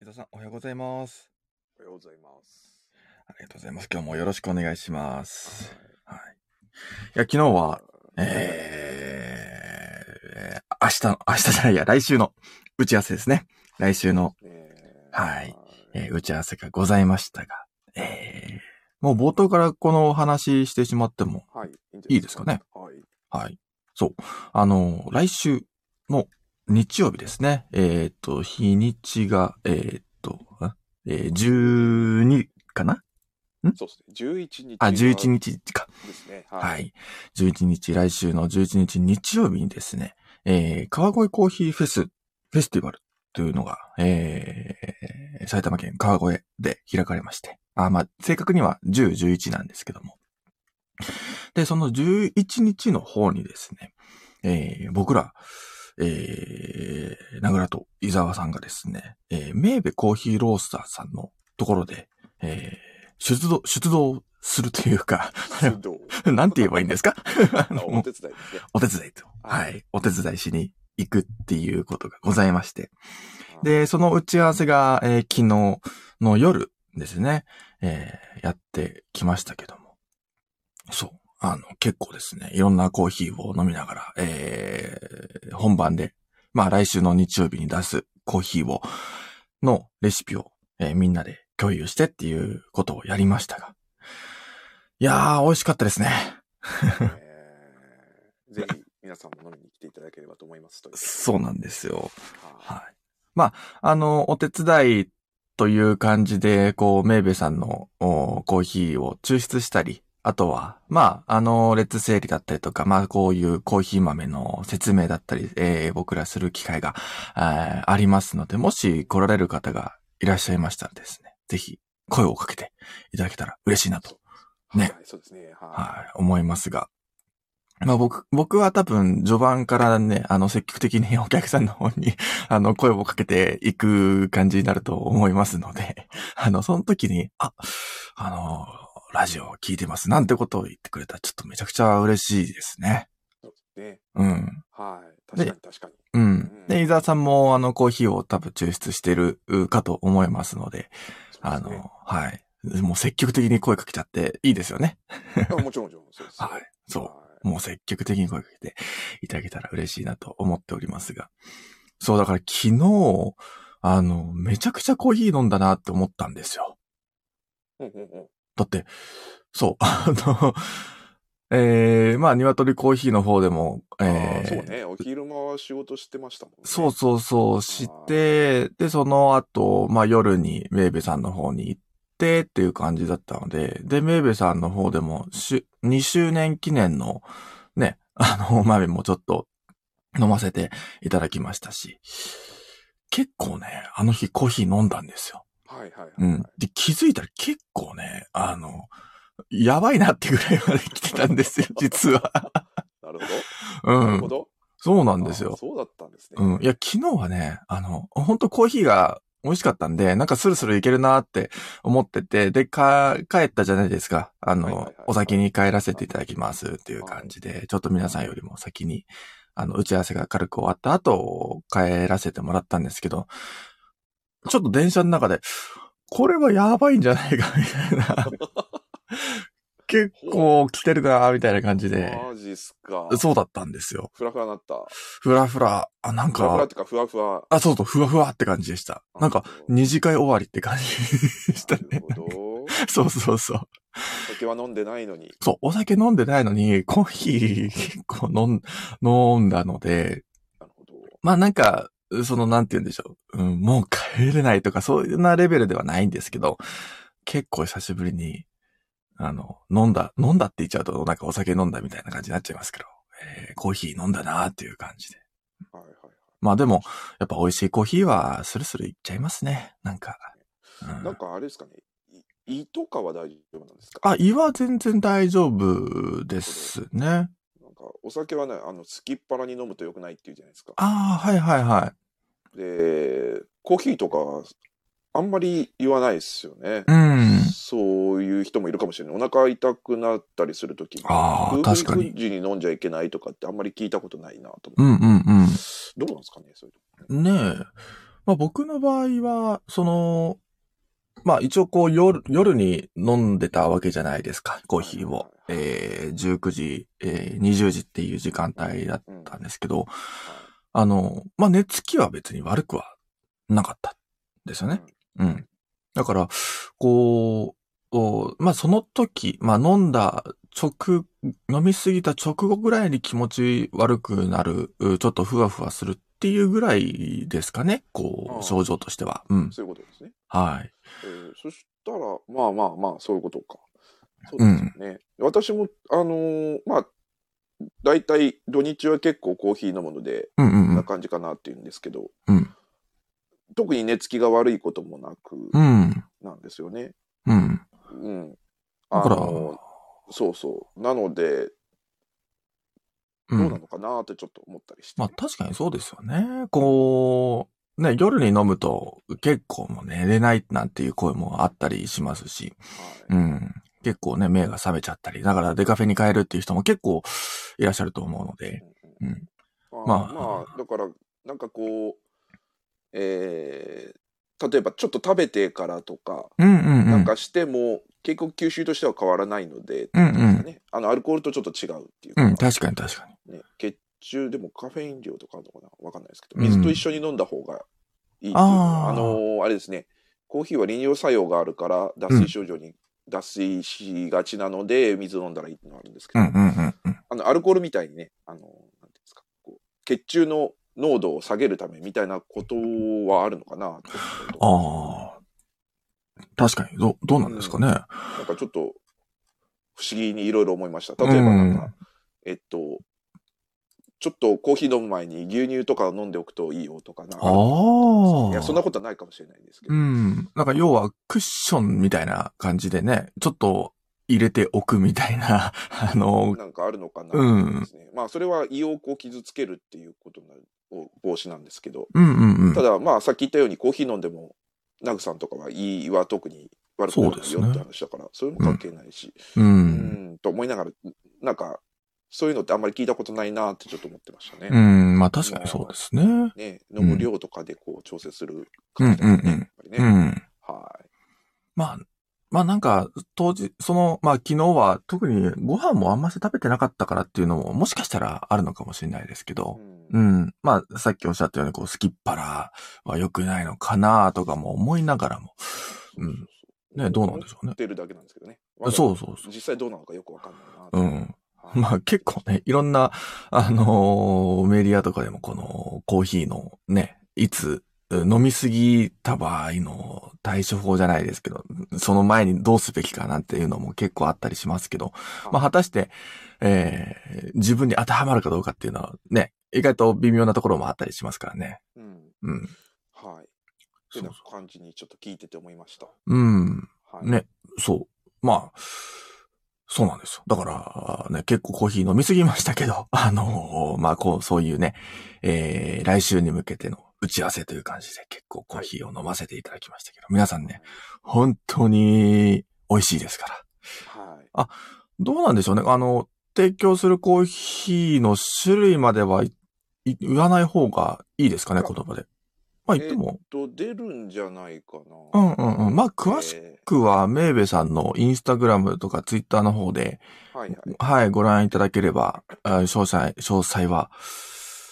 江戸さん、おはようございます。おはようございます。ありがとうございます。今日もよろしくお願いします。はいはい。いや、昨日は、えー、明日の、明日じゃないや、来週の打ち合わせですね。来週の、えーはい。えー打ち合わせがございましたが、えー、もう冒頭からこのお話ししてしまっても、はい。いいんじゃないいですかね。はい。はい。そう。あの、来週の日曜日ですね。えーっと、日にちが、えーっと、んえー、12かなそうですね。11日。あ、11。日か。ですね。。はいい。11日、来週の11日日曜日にですね、えー、川越コーヒーフェス、フェスティバルというのが、えー、埼玉県川越で開かれまして、あ、まあ、正確には10、11なんですけども。で、その11日の方にですね、えー、僕ら、えー、名倉と伊沢さんがですね、えー、メーベコーヒーロースターさんのところで、えー、出動、出動するというか、出 動。なんて言えばいいんですか ああのお手伝いですね。お手伝いと。ははいい。お手伝いしに行くっていうことがございまして。はい、で、その打ち合わせが、えー昨日の夜ですね、えーやってきましたけども。そう。あの、結構ですね、いろんなコーヒーを飲みながら、えー本番で、まあ来週の日曜日に出すコーヒーを、のレシピを、えーみんなで共有してっていうことをやりましたが。いやー、美味しかったですね。えーぜひ皆さんも飲みに来ていただければと思いますという。そうなんですよ。ははい。まあ、あの、お手伝いという感じで、こう、メーベさんのおコーヒーを抽出したり、あとは、まあ、あの、列整理だったりとか、まあ、こういうコーヒー豆の説明だったり、えー僕らする機会があーありますので、もし来られる方がいらっしゃいましたらですね、ぜひ声をかけていただけたら嬉しいなとい。ねはい。そうですね。ははい、思いますが。まあ僕、僕は多分序盤からね、あの積極的にお客さんの方に、 あの声をかけていく感じになると思いますので、 あの、その時に、あ、あの、ラジオを聞いてますなんてことを言ってくれたらちょっとめちゃくちゃ嬉しいですね。い。そうですね。うん。はい。で確かに確かに。うん。で、伊沢さんもあのコーヒーを多分抽出してるうかと思いますので、そうあですねの、はい。もう積極的に声かけちゃっていいですよね。あもちろんもちろん。そうです。はい。そう。はいもう積極的に声かけていただけたら嬉しいなと思っておりますが。そう、だから昨日、あの、めちゃくちゃコーヒー飲んだなって思ったんですよ。うんうんうん。だって、そう、あの、えー、まあ、鶏コーヒーの方でも、えあーーそうね。お昼間は仕事してましたもんね。そうそうそう、して、で、その後、まあ夜にメーベさんの方に行ってっていう感じだったので、で、メーベさんの方でも、しゅ2周年記念の、ね、あの、お豆もちょっと飲ませていただきましたし、結構ね、あの日コーヒー飲んだんですよ。はいはいはい。うん。で、気づいたら結構ね、あの、やばいなってぐらいまで来てたんですよ、実は。 なうるほど。なるほん。ど。そうなんですよあ。そうだったんですね。うん。いや、昨日はね、あの、本当コーヒーが美味しかったんで、なんかスルスルいけるなって思ってて、で、か、帰ったじゃないですか。あの、はいはいはいはいお先に帰らせていただきますっていう感じで、ちょっと皆さんよりも先に、あの、打ち合わせが軽く終わった後、帰らせてもらったんですけど、ちょっと電車の中で、これはやばいんじゃないか、みたい な。結構来てるな、みたいな感じ で。マジっすか。そうだったんですよ。ふらふらなった。ふらふら、あ、なんふらふらかっ、てか、ふわふわ。あ、そうそう、ふわふわって感じでした。なんか、二次会終わりって感じでしたなねる。ほど。そうそうそう。酒は飲んでないのに。そう、お酒飲んでないのに、コーヒー結構飲ん、飲んだので、なるほど。まあなんか、その、なんて言うんでしょう。うん、もう帰れないとか、そういうなレベルではないんですけど、結構久しぶりに、あの、飲んだ、飲んだって言っちゃうと、なんかお酒飲んだみたいな感じになっちゃいますけど、えーコーヒー飲んだなっていう感じで。はいはいはい。まあでも、やっぱ美味しいコーヒーは、スルスルいっちゃいますね。なんか。うんなんかあれですかね。い胃とかは大丈夫なんですかあ、胃は全然大丈夫ですね。なんかお酒はね、あの、すきっ腹に飲むと良くないって言うじゃないですか。ああ、はいはいはい。で、コーヒーとか、あんまり言わないですよね。うん。そういう人もいるかもしれない。お腹痛くなったりするときに。ああ、確かに。時に飲んじゃいけないとかってあんまり聞いたことないなとう思んっうんて。どうなんですかね、そういうとこうねん。ねえ。ままあ僕の場合は、その、まあ一応こう夜、夜に飲んでたわけじゃないですか、コーヒーを。えー、19時、えー、20時っていう時間帯だったんですけど、あの、まあ寝つきは別に悪くはなかったんですよね。うん。だから、こう、おまあその時、まあ飲んだ直、飲みすぎた直後ぐらいに気持ち悪くなる、うちょっとふわふわするっていうぐらいですかね、こああう、症状としては。うん。そういうことですね。はい。えーそしたら、まあまあまあ、そういうことか。そうですよね。私も、あのーまあ、大体土日は結構コーヒー飲むので、うんうこんんう。なん感じかなっていうんですけど、うん特に寝つきが悪いこともなくうん。なんですよね。うん。うん。だあから、のそうそう。なので、う。どうなんのかなってちょっと思ったりして。まあ確かにそうですよね。こう、ね、夜に飲むと結構もう寝れないなんていう声もあったりしますし、はいうん。結構ね、目が覚めちゃったり、だからデカフェに変えるっていう人も結構いらっしゃると思うので、うんうん。うんままああ、まあ、だから、なんかこう、えー例えばちょっと食べてからとか、うんうんうん。なんかしても、結局吸収としては変わらないので、うんうんなんですかね、あのアルコールとちょっと違うっていうか、うん、確かに確かに。ね、血中でもカフェイン量とかあるのかなわかんないですけうど、ん水と一緒に飲んだ方がいいっていうのあは、ーあのーあれですね、コーヒーは利尿作用があるから、脱水症状に脱水しがちなので、水飲んだらいいっていうのはあるんですけうど、んうんうんうん。あのアルコールみたいにね、あのーなんていうんですか、こう血中の濃度を下げるためみたいなことはあるのかなと思っああ。確かに、ど、どうなんですかね。てなんかちょっと不思議にいろいろ思いました。例えばなんか、うえっと、ちょっとコーヒー飲む前に牛乳とかを飲んでおくといいよとかな。ああ。いや、そんなことはないかもしれないんですけど。うん。なんか要はクッションみたいな感じでね、ちょっと入れておくみたいな、 あの、なんかあるのかなうんですね。まあ、それは胃をこう傷つけるっていうことになるを防止なんですけど。うんうんうんた。だ、まあ、さっき言ったようにコーヒー飲んでも、ナグさんとかは胃は特に悪くなそるうですよねって話だから、それも関係ないし。う。うんん、と思いながら、なんか、そういうのってあんまり聞いたことないなってちょっと思ってましたね。うん。まあ確かにそうですね。うんね、飲む量とかでこう調整するうん感じだよね、うんうやんっぱりね。うん。はい。まあ、まあなんか、当時、その、まあ昨日は特にご飯もあんまし食べてなかったからっていうのももしかしたらあるのかもしれないですけど、ううんん。まあ、さっきおっしゃったように、こう、スキッパラは良くないのかなとかも思いながらも、うん。ね、どうなんでしょうねっ。てるだけなんですけどね。そうそうそう。実際どうなのかよくわかんないなと。うん。は いまあ結構ね、いろんな、あのーメディアとかでもこのコーヒーのね、いつうん飲みすぎた場合の対処法じゃないですけど、その前にどうすべきかなんていうのも結構あったりしますけど、まあ果たして、えー自分に当てはまるかどうかっていうのはね、意外と微妙なところもあったりしますからね。うん。うん。はい。ってそういうそような感じにちょっと聞いてて思いました。う。うん。はい。ね、そう。まあ、そうなんですよ。だから、ね、結構コーヒー飲みすぎましたけど、 あのまあ、こう、そういうね、えー、来週に向けての打ち合わせという感じで結構コーヒーを飲ませていただきましたけど、皆さんね、本当に美味しいですから。はい。どうなんでしょうね。あの、提供するコーヒーの種類まではいい言わない方がいいですかね、言葉で。まあ、言っても。と、出るんじゃないかうな。んうんうん。まあ、詳しえくは、メーベさんのインスタグラムとかツイッターの方で、ーはいはい。はい、ご覧いただければ、あ詳細、詳細は、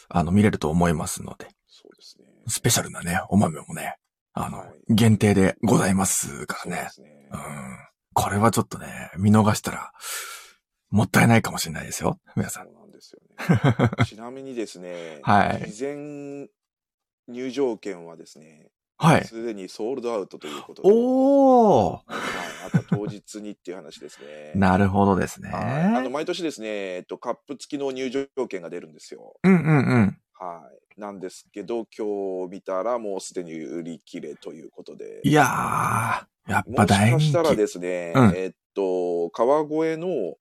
あの、見れると思いますので、そうですね。スペシャルなね、お豆もね、あの、はい限定でございますかそうらでね。すねう。ん。これはちょっとね、見逃したら、もったいないかもしれないですよ。皆さそん。うなんですよ ね。ちなみにですね、はい事前入場券はですね、はい。すでにソールドアウトということで、おーはい、あと当日にっていう話ですね。なるほどですね。はいあの毎年ですね、えっと、カップ付きの入場券が出るんですよ。うんうんうん。はい。なんですけど、今日見たらもうすでに売り切れということで。いやー、やっぱ大もしか人したら気。ですね、うんえっと、川越の、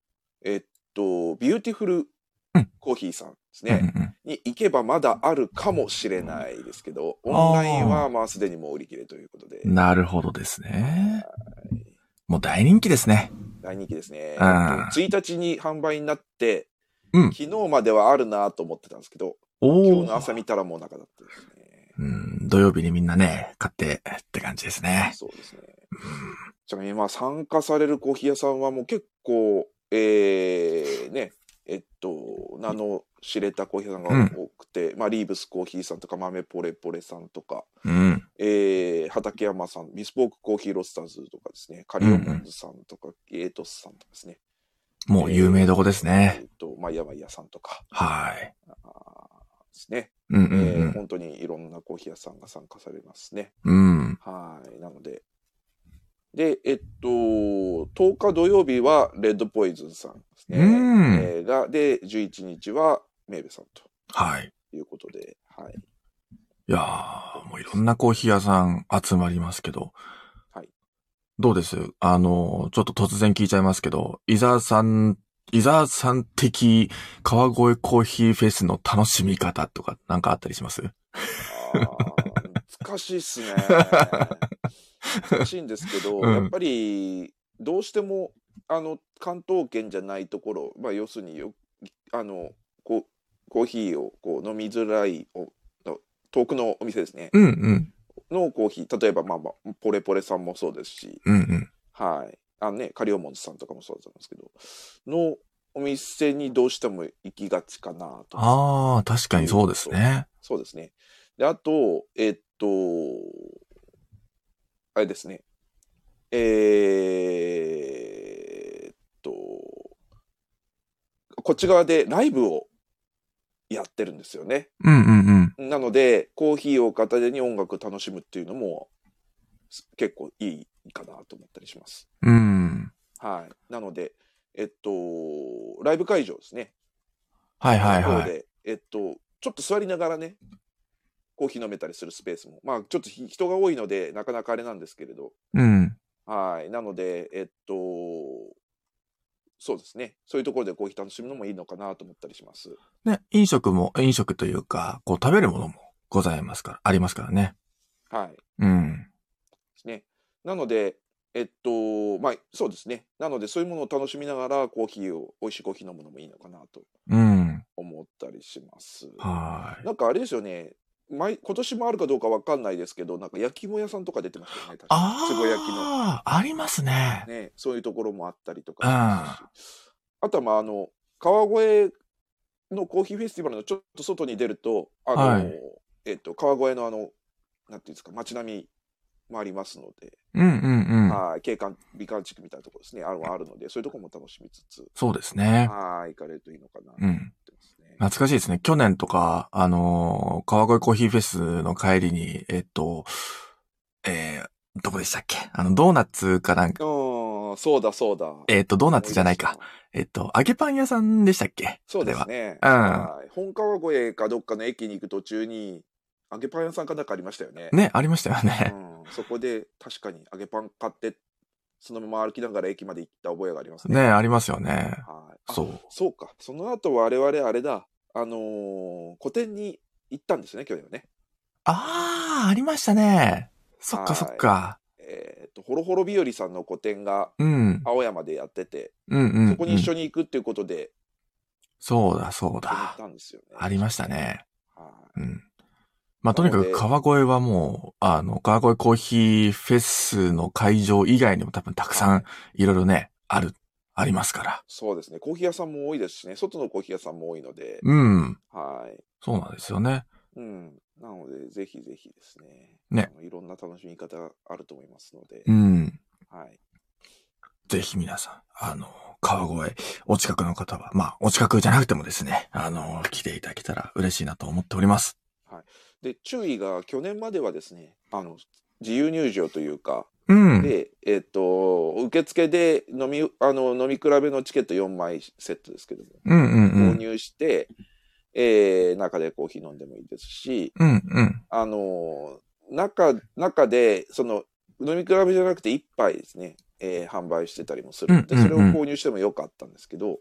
えっと、ビューティフルうんコーヒーさんですうんうね、んに行けばまだあるかもしれないですけど、オンラインはまあすでにもう売り切れということでう、んなるほどですね。もう大人気ですね。大人気ですね。うん1日に販売になって、うん昨日まではあるなと思ってたんですけど、おー。今日の朝見たらもうなかったですね。うん、土曜日にみんなね、買ってって感じですね。そうですね。ちなみに今参加されるコーヒー屋さんはもう結構、えー、ね、えっと、名の知れたコーヒー屋さんが多くて、まあ、リーブスコーヒーさんとか、豆ポレポレさんとか、うん。えー、畠山さん、ミスポークコーヒーロスターズとかですね、カリオモンズさんとか、エイトスさんとかですね。もう有名どこですえね。っと、マイヤマイヤさんとか、はい。あーですね。うんうえーん本当にいろんなコーヒー屋さんが参加されますね。うん。うん。はい。なので。で、えっと、10日土曜日は、レッドポイズンさんですね。うんえーが、で、11日は、メイベさんとはい。いうことで、はい。いやー、もういろんなコーヒー屋さん集まりますけど。はい。どうですあの、ちょっと突然聞いちゃいますけど、伊沢さん、伊沢さん的川越コーヒーフェスの楽しみ方とかなんかあったりし ますあー難しいっすね。難しいんですけど、うんやっぱり、どうしても、あの、関東圏じゃないところ、まあ、要するによ、あの、こう、コーヒーをこう飲みづらいお、の遠くのお店ですね。うんうん。のコーヒー、例えば、まあまあ、ポレポレさんもそうですし、うんうん。はい。あのね、カリオモンズさんとかもそうだったんですけど、のお店にどうしても行きがちかなと。あー、確かにそうですね。そうですね。で、あと、えっと、あれですね。えーっと、こっち側でライブをやってるんですよね。うんうんうん。なので、コーヒーを片手に音楽を楽しむっていうのも、す結構いいかなと思ったりします。うん。はい。なので、えっと、ライブ会場ですね。はいはいの方はい。で、えっと、ちょっと座りながらね、コーヒー飲めたりするスペースも。まあ、ちょっとひ人が多いので、なかなかあれなんですけれど。うん。はい。なので、えっと、そうですね。そういうところでコーヒー楽しむのもいいのかなと思ったりします。ね、飲食も、飲食というか、こう食べるものもございますから、ありますからね。はい。うん。ですね。なので、えっと、まあ、そうですね。なので、そういうものを楽しみながら、コーヒーを、美味しいコーヒー飲むのもいいのかなとうん。思ったりします。はーい。なんかあれですよね。毎今年もあるかどうかわかんないですけど、なんか焼き芋屋さんとか出てましたよね。確かつぼ焼きの。あー、ありますね。ね、そういうところもあったりとかしますしあとはまああの川越のコーヒーフェスティバルのちょっと外に出るとあの、はいえっと川越のあのなんていうんですか街並みもありますので、うんうんうん。はい景観美観地区みたいなところですねあのあるのでそういうところも楽しみつつ、そうですね。はい行かれるといいのかなとう思っん。てますね。懐かしいですね。去年とか、あのー川越コーヒーフェスの帰りに、えっと、えー、どこでしたっけあの、ドーナツかなんか、うん、そうだそうだ。えっと、ドーナツじゃないか。。えっと、揚げパン屋さんでしたっけそうですね。ね。うんはい本川越かどっかの駅に行く途中に揚げパン屋さんかなんかありましたよね。ね、ありましたよね。うん、そこで確かに揚げパン買ってそのまま歩きながら駅まで行った覚えがありますね。ね、ありますよね。はいあそう。そうかその後我々あれだあのー個展に行ったんですよね去年はね。あー、ありましたね。そっかそっか。えー、とほろほろ日和さんの個展がうん。青山でやってて、うんうん。そこに一緒緒に行くっていうことでそうだ、そう行っだ。たんですよね。ありましたね。はいうん。まあ、とにかく川越はもう、あの、川越コーヒーフェスの会場以外にも多分たくさんいろいろね、ある、ありますから。そうですねコーヒー屋さんも多いですしね外のコーヒー屋さんも多いので、うん。はいそうなんですよね。うん、なのでぜひぜひですねねあのいろんな楽しみ方があると思いますので、うん。はい、ぜひ皆さん、あの、川越、お近くの方は、まあ、お近くじゃなくてもですね、あの、来ていただけたら嬉しいなと思っております。で注意が去年まではですねあの自由入場というか、うん。で、えっと受付で飲みあの飲み比べのチケット4枚セットですけども、うんうんう購ん。入して、えー中でコーヒー飲んでもいいですしうんうん。あの中中でその飲み比べじゃなくて1杯ですね、えー販売してたりもするので、うんうんうんそれを購入してもよかったんですけど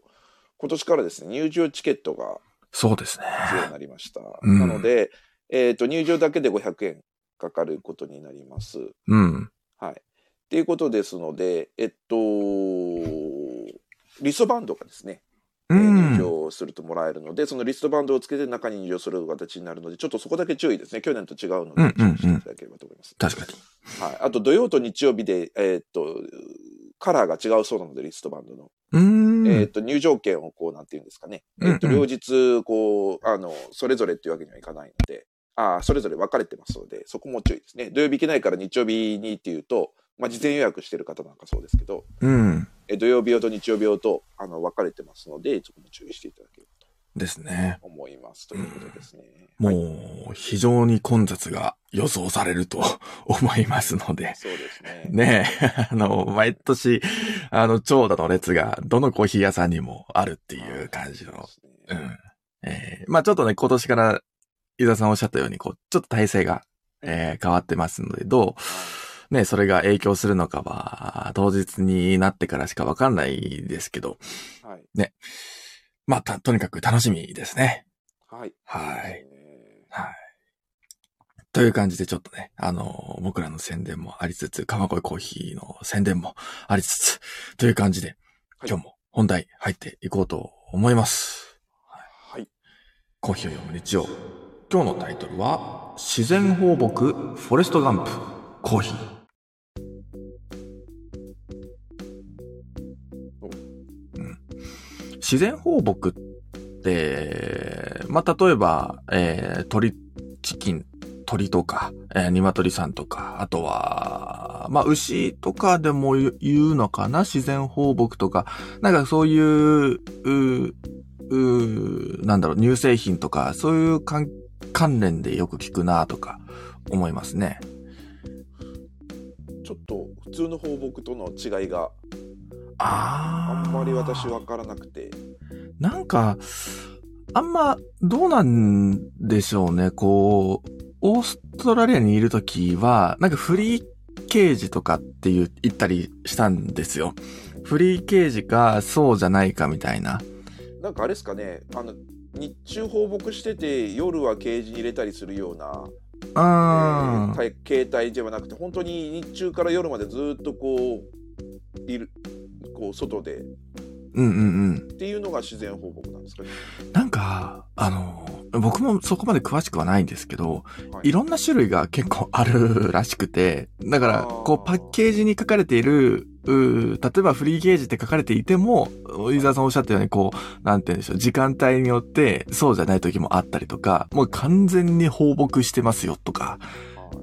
今年からですね入場チケットがそうですね。必要になりました。うんなので、えっ、と、入場だけで500円かかることになります。うん。はい。っていうことですので、えっと、リストバンドがですね、うえー入場するともらえるので、そのリストバンドをつけて中に入場する形になるので、ちょっとそこだけ注意ですね。去年と違うのうんうんで、注うん意していただければと思います。確かに。はい。あと、土曜と日曜日で、えーっと、カラーが違うそうなので、リストバンドの。うーん。えーっと、入場券をこう、なんていうんですかね。うんうんえーっと、両日、こう、あの、それぞれっていうわけにはいかないので、ああ、それぞれ分かれてますので、そこも注意ですね。土曜日行けないから日曜日にっていうと、まあ、事前予約してる方なんかそうですけど、うん。えー土曜日用と日曜日用と、あの、分かれてますので、そこも注意していただければとですね。思います。ということですね。はい、もう、非常に混雑が予想されると 思いますので。そうですね。ねえ、あ の、毎年、あの、長蛇の列が、どのコーヒー屋さんにもあるっていう感じはのい。そうですうねん。えーまあちょっとね、今年から、伊沢さんおっしゃったように、こう、ちょっと体制が、えー変わってますので、どう、ね、それが影響するのかは、当日になってからしかわかんないですけど、はい。まあ、た、とにかく楽しみですね。はい。はい。そうですねはい。という感じでちょっとね、あの、僕らの宣伝もありつつ、川越コーヒーの宣伝もありつつ、という感じで、はい今日も本題入っていこうと思います。はい。コーヒーを読む日曜。今日のタイトルは、自然放牧フォレストガンプコーヒー。うん自然放牧って、まあ、例えば、えー鳥、チキン、鳥とか、えー、鶏さんとか、あとは、まあ、牛とかでも言う言うのかな自然放牧とか、なんかそういう、うーうーなんだろう、乳製品とか、そういう関関連でよく聞くなとか思いますね。ちょっと普通の放牧との違いがああーんまり私分からなくてなんか、あんま、どうなんでしょうね。こう、オーストラリアにいるときは、なんかフリーケージとかっていう、言ったりしたんですよ。フリーケージか、そうじゃないかみたいな。なんかあれですかねあの日中放牧してて夜はケージに入れたりするような、うえーーん。体形態ではなくて本当に日中から夜までずっとこういるこう外でうんうんうん。っていうのが自然放牧なんですかね。なんか、あの、僕もそこまで詳しくはないんですけど、はいいろんな種類が結構あるらしくて、だから、あーこう、パッケージに書かれている、うー例えばフリーゲージって書かれていても、伊沢さんおっしゃったように、こう、なんて言うんでしょう、時間帯によって、そうじゃない時もあったりとか、もう完全に放牧してますよとか、はい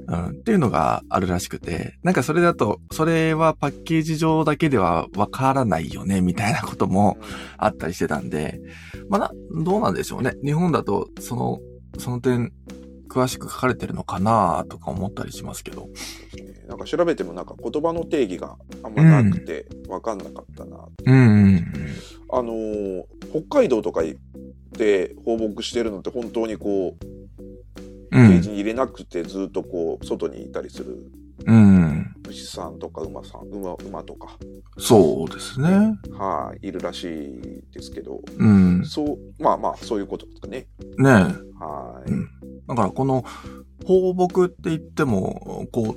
うん、っていうのがあるらしくて、なんかそれだと、それはパッケージ上だけではわからないよね、みたいなことも、あったりしてたんで、まあな、どうなんでしょうね。日本だと、その、その点、詳しく書かれてるのかなとか思ったりしますけど。うんねなんか調べてもなんか言葉の定義があんまなくて分かんなかったなうん、あのー北海道とか行って放牧してるのって本当にこううケん。ージに入れなくてずっとこう外にいたりするうん。牛さんとか馬さん馬馬とかそうですね。はいいるらしいですけどうん。ねそうまあまあそういうことですかねえ。だはい、うんから、この、放牧って言っても、こう、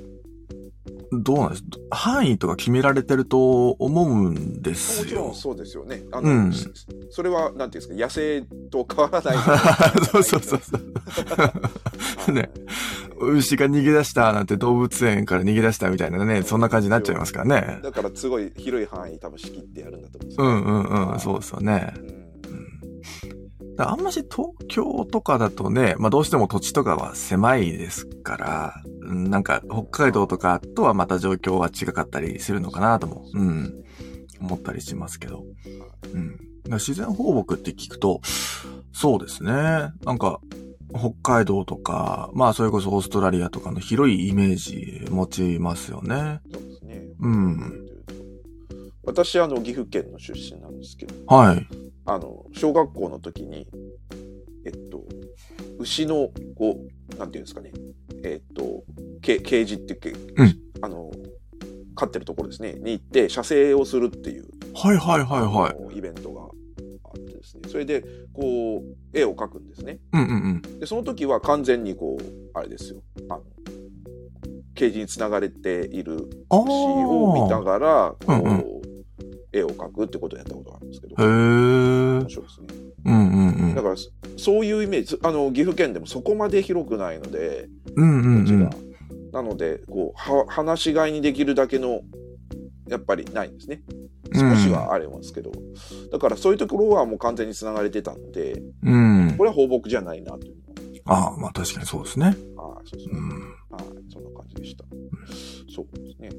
どうなんです範囲とか決められてると思うんでもすちろよん。そうですよねあうの、んしそれはなんていうんですか野生と変わらない そうそうそうそう。 ね。牛が逃げ出したなんて動物園から逃げ出したみたいなね、そんな感じになっちゃいますからね。だからすごい広い範囲多分仕切ってやるんだと思うんですうよんうんうん、そうですよね。うんだからあんまし東京とかだとね、まあどうしても土地とかは狭いですから、うんなんか北海道とかとはまた状況は違かったりするのかなとも、うん、思ったりしますけど。うん。だから自然放牧って聞くと、そうですね。なんか、北海道とか、まあそれこそオーストラリアとかの広いイメージ持ちますよね。そうですね。うん。私、あの、岐阜県の出身なんですけど、はい。あの、小学校の時に、えっと、牛の、こう、なんていうんですかね、えっと、けケージっていうけ、うんあの、飼ってるところですね、に行って、射精をするっていう、はいはいはいはい。あのイベントがあってですね、それで、こう、絵を描くんですね。うんうんで、その時は完全に、こう、あれですよ、あの、ケージにつながれているうん。詩を見あながらこう、うんう絵を描くってことをやったことがあるんですけどあ。へえ面。白いですねうんうんうだん。からそそういうイメージあの岐阜県でもそこまで広くないのでうんう土んうん。地がなのでこうは話し飼いにできるだけのやっぱりないんですね少しはありますけど、だからそういうところはもう完全に繋がれてたのでうん。これは放牧じゃないなというああ、まあ確かにそうですね。はいそうそうう、ん。はいそんな感じでしたそうですね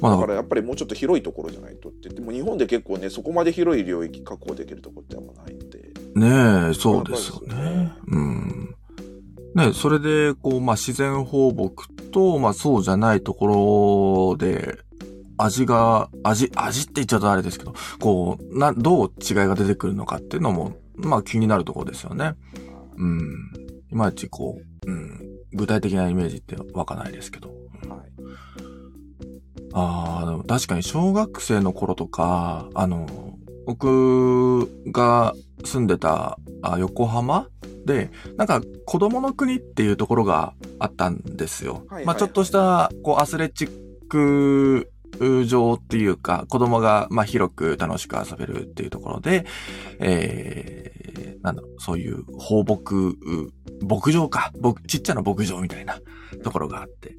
まあだだかからやっぱりもうちょっと広いところじゃないとって言っても日本で結構ねそこまで広い領域確保できるところってあんまないのでら、ねえ、そうですよまあまあそうですねね。うん。ねえそれで、こう、まあ自然放牧と、まあそうじゃないところで、味が、味、味って言っちゃうとあれですけど、こう、な、どう違いが出てくるのかっていうのも、まあ気になるところですよね。うん。いまいちこう、うん。具体的なイメージってわかないですけど。はいああ、でも確かに小学生の頃とか、あの、僕が住んでたあ横浜で、なんか子供の国っていうところがあったんですよ。はいはいまあちょっとした、こうアスレチック場っていうか、子供がまあ広く楽しく遊べるっていうところで、えー、なんだろう、そういう放牧、う牧場か、牧ちっちゃな牧場みたいなところがあって。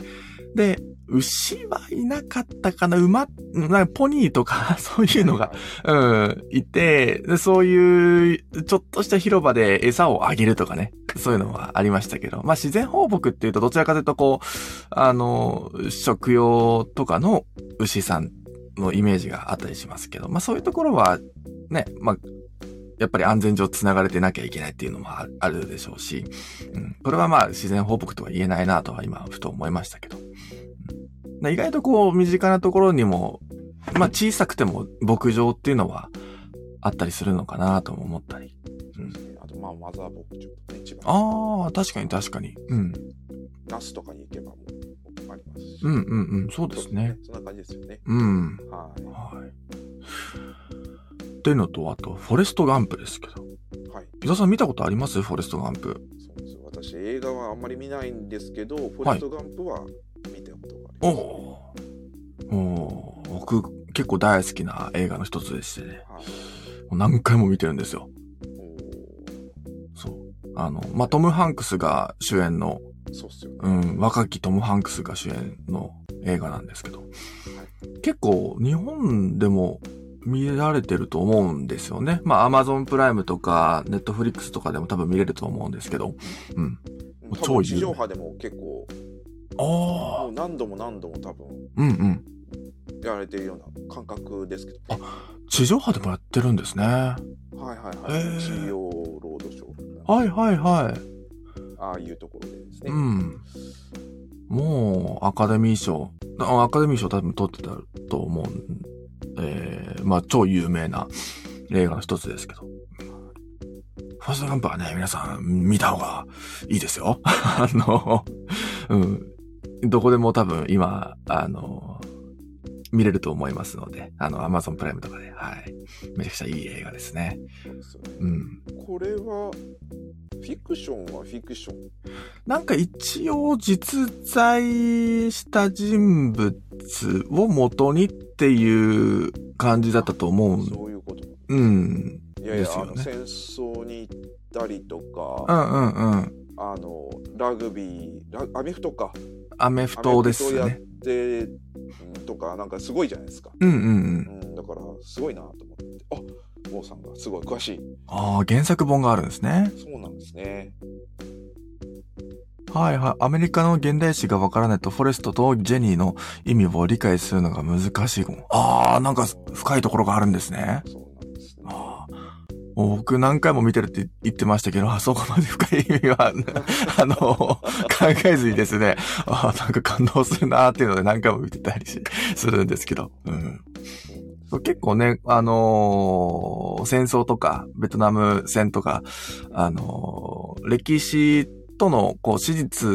で、牛はいなかったかな馬、なんかポニーとか、 そういうのが、うん、いて、でそういう、ちょっとした広場で餌をあげるとかね、そういうのはありましたけど、まあ自然放牧っていうと、どちらかというとこう、あの、食用とかの牛さんのイメージがあったりしますけど、まあそういうところは、ね、まあ、やっぱり安全上繋がれてなきゃいけないっていうのもああるでしょうし、うん、これはまあ自然放牧とは言えないなとは今ふと思いましたけど。うんで意外とこう身近なところにも、まあ小さくても牧場っていうのはあったりするのかなとも思ったり。そうですねあとまあマザー牧場とかね一番ああ、確かに確かに。うん。那須とかに行けばもうありますしうんうんうん。そうですね。そんな感じですよねうん。はいはい。っていうのと、あと、フォレストガンプですけど。はい伊沢さん見たことありますフォレストガンプ。そうです私映画はあんまり見ないんですけどフォレストガンプは見たことがあります、おーおー僕、結構大好きな映画の一つでしてね。はもいう何回も見てるんですよ。おそう。あの、まあ、トム・ハンクスが主演の、ーそうっすよね、うん、若きトム・ハンクスが主演の映画なんですけど、結構日本でも見られてると思うんですよね。まあ、アマゾンプライムとか、ネットフリックスとかでも多分見れると思うんですけど、うん。超有名多分地上波でも結構もあう何度も何度も多分あ、うんうん。やられてるような感覚ですけど地上波でもやってるんですね。ははいはいはい、へー日曜ロードショー、いはいはい。ああいうところでですね、うん。もう、アカデミー賞、あアカデミー賞多分取ってたと思う。えー、まあ、超有名な映画の一つですけど。ファーストガンプはね、皆さん見た方がいいですよ。 あの、うん。どこでも多分今、あの、見れると思いますので、あの、アマゾンプライムとかで、はい。めちゃくちゃいい映画ですね。そうですようねん。これはフィクションはフィクションなんか一応実在した人物を元にっていう感じだったと思う。そういうことうん。いやいでや、すあよねの戦争に行ったりとうかんうんうん。あのラグビーラアメフトかアメフトですよアメね。フトやってうんとかなんかすごいじゃないですか、うんうんう。うんん、だからすごいなと思ってあモーさんがすごい詳しいああ、原作本があるんですね。そうなんですねはいはい。アメリカの現代史がわからないと、フォレストとジェニーの意味を理解するのが難しいかも。ああ、なんか深いところがあるんですね。そうなんですねああもう僕何回も見てるって言ってましたけど、あそこまで深い意味は、あの、考えずにですね、ああ、なんか感動するなーっていうので何回も見てたりしするんですけど、うん。そう結構ね、あのー戦争とか、ベトナム戦とか、あのー歴史との、こう、史実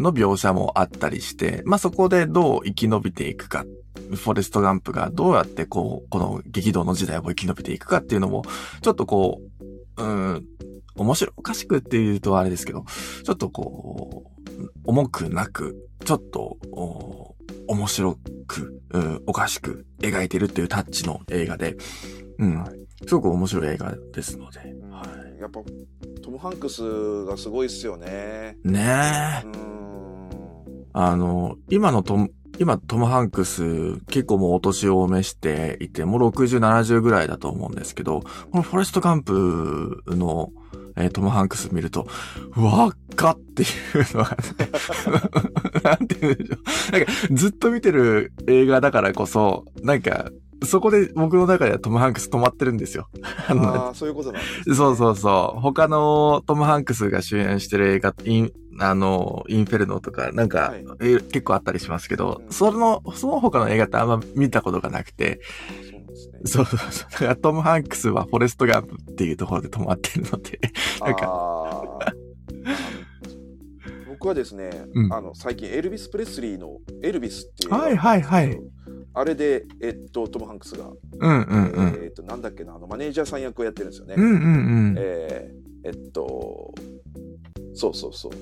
の描写もあったりして、まあ、そこでどう生き延びていくか、フォレストガンプがどうやって、こう、この激動の時代を生き延びていくかっていうのも、ちょっとこう、うん、面白おかしくっていうとあれですけど、ちょっとこう、重くなく、ちょっと、お面白く、うんおかしく描いてるっていうタッチの映画で、うん、はいすごく面白い映画ですので。うんはやっぱトム・ハンクスがすごいっすよね。い、ねうえ。ーん。あの、今のトム、今トム・ハンクス結構もうお年を召していて、もう60、70ぐらいだと思うんですけど、このフォレスト・ガンプの、えートム・ハンクス見ると、わっかっていうのがね、 なんて言うんでしょう。なんか、ずっと見てる映画だからこそ、なんか、そこで僕の中ではトム・ハンクス止まってるんですよ。あのああ、そういうことなんです ね。そうそうそう。他のトム・ハンクスが主演してる映画、イン、あの、インフェルノとか、なんか、はいえ結構あったりしますけど、うんその、その他の映画ってあんま見たことがなくて、 そうなんですね。そうそうそう。だからトム・ハンクスはフォレスト・ガンプっていうところで止まってるの で、なんかあーあの僕はですね、うんあの最近エルビス・プレスリーの「エルビス」っていうはいはいはいあれで、えっと、トム・ハンクスが、うんうんうえん。っとなんだっけなあのマネージャーさん役をやってるんですよね、うんうんうん。えーえっとそうそうそう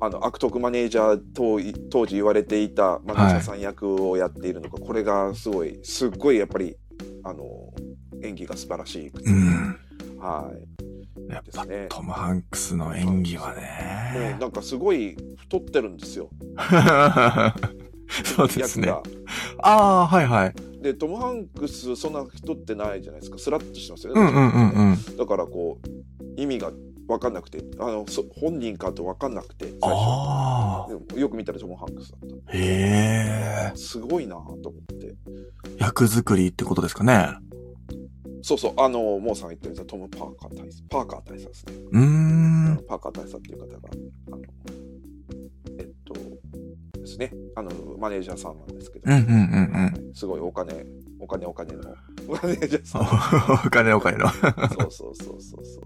あの悪徳マネージャーとい当時言われていたマネージャーさん役をやっているのが、これがすごいすっごいやっぱりあの演技が素晴らしくて、うん。はいやっですぱ、ねトム・ハンクスの演技はもうね。なんかすごい太ってるんですよ そうですね役。がああー、はいはい。でトム・ハンクスそんな太ってないじゃないですかスラッとしてますよね、うんうんうんうん。だからこう意味が分かんなくてあのそ本人かと分かんなくて最初ああ。でもよく見たらトム・ハンクスだっへた、え。すごいなと思って役作りってことですかね。そうそうあのモーさんが言ってるトム・パーカー大佐パーカー大佐ですね、うーん。 パーカー大佐っていう方があのえっとですねあのマネージャーさんなんですけど、うんうんうんすごいお金お金お金のマネージャー さんお金お金の。そうそうそうそうそう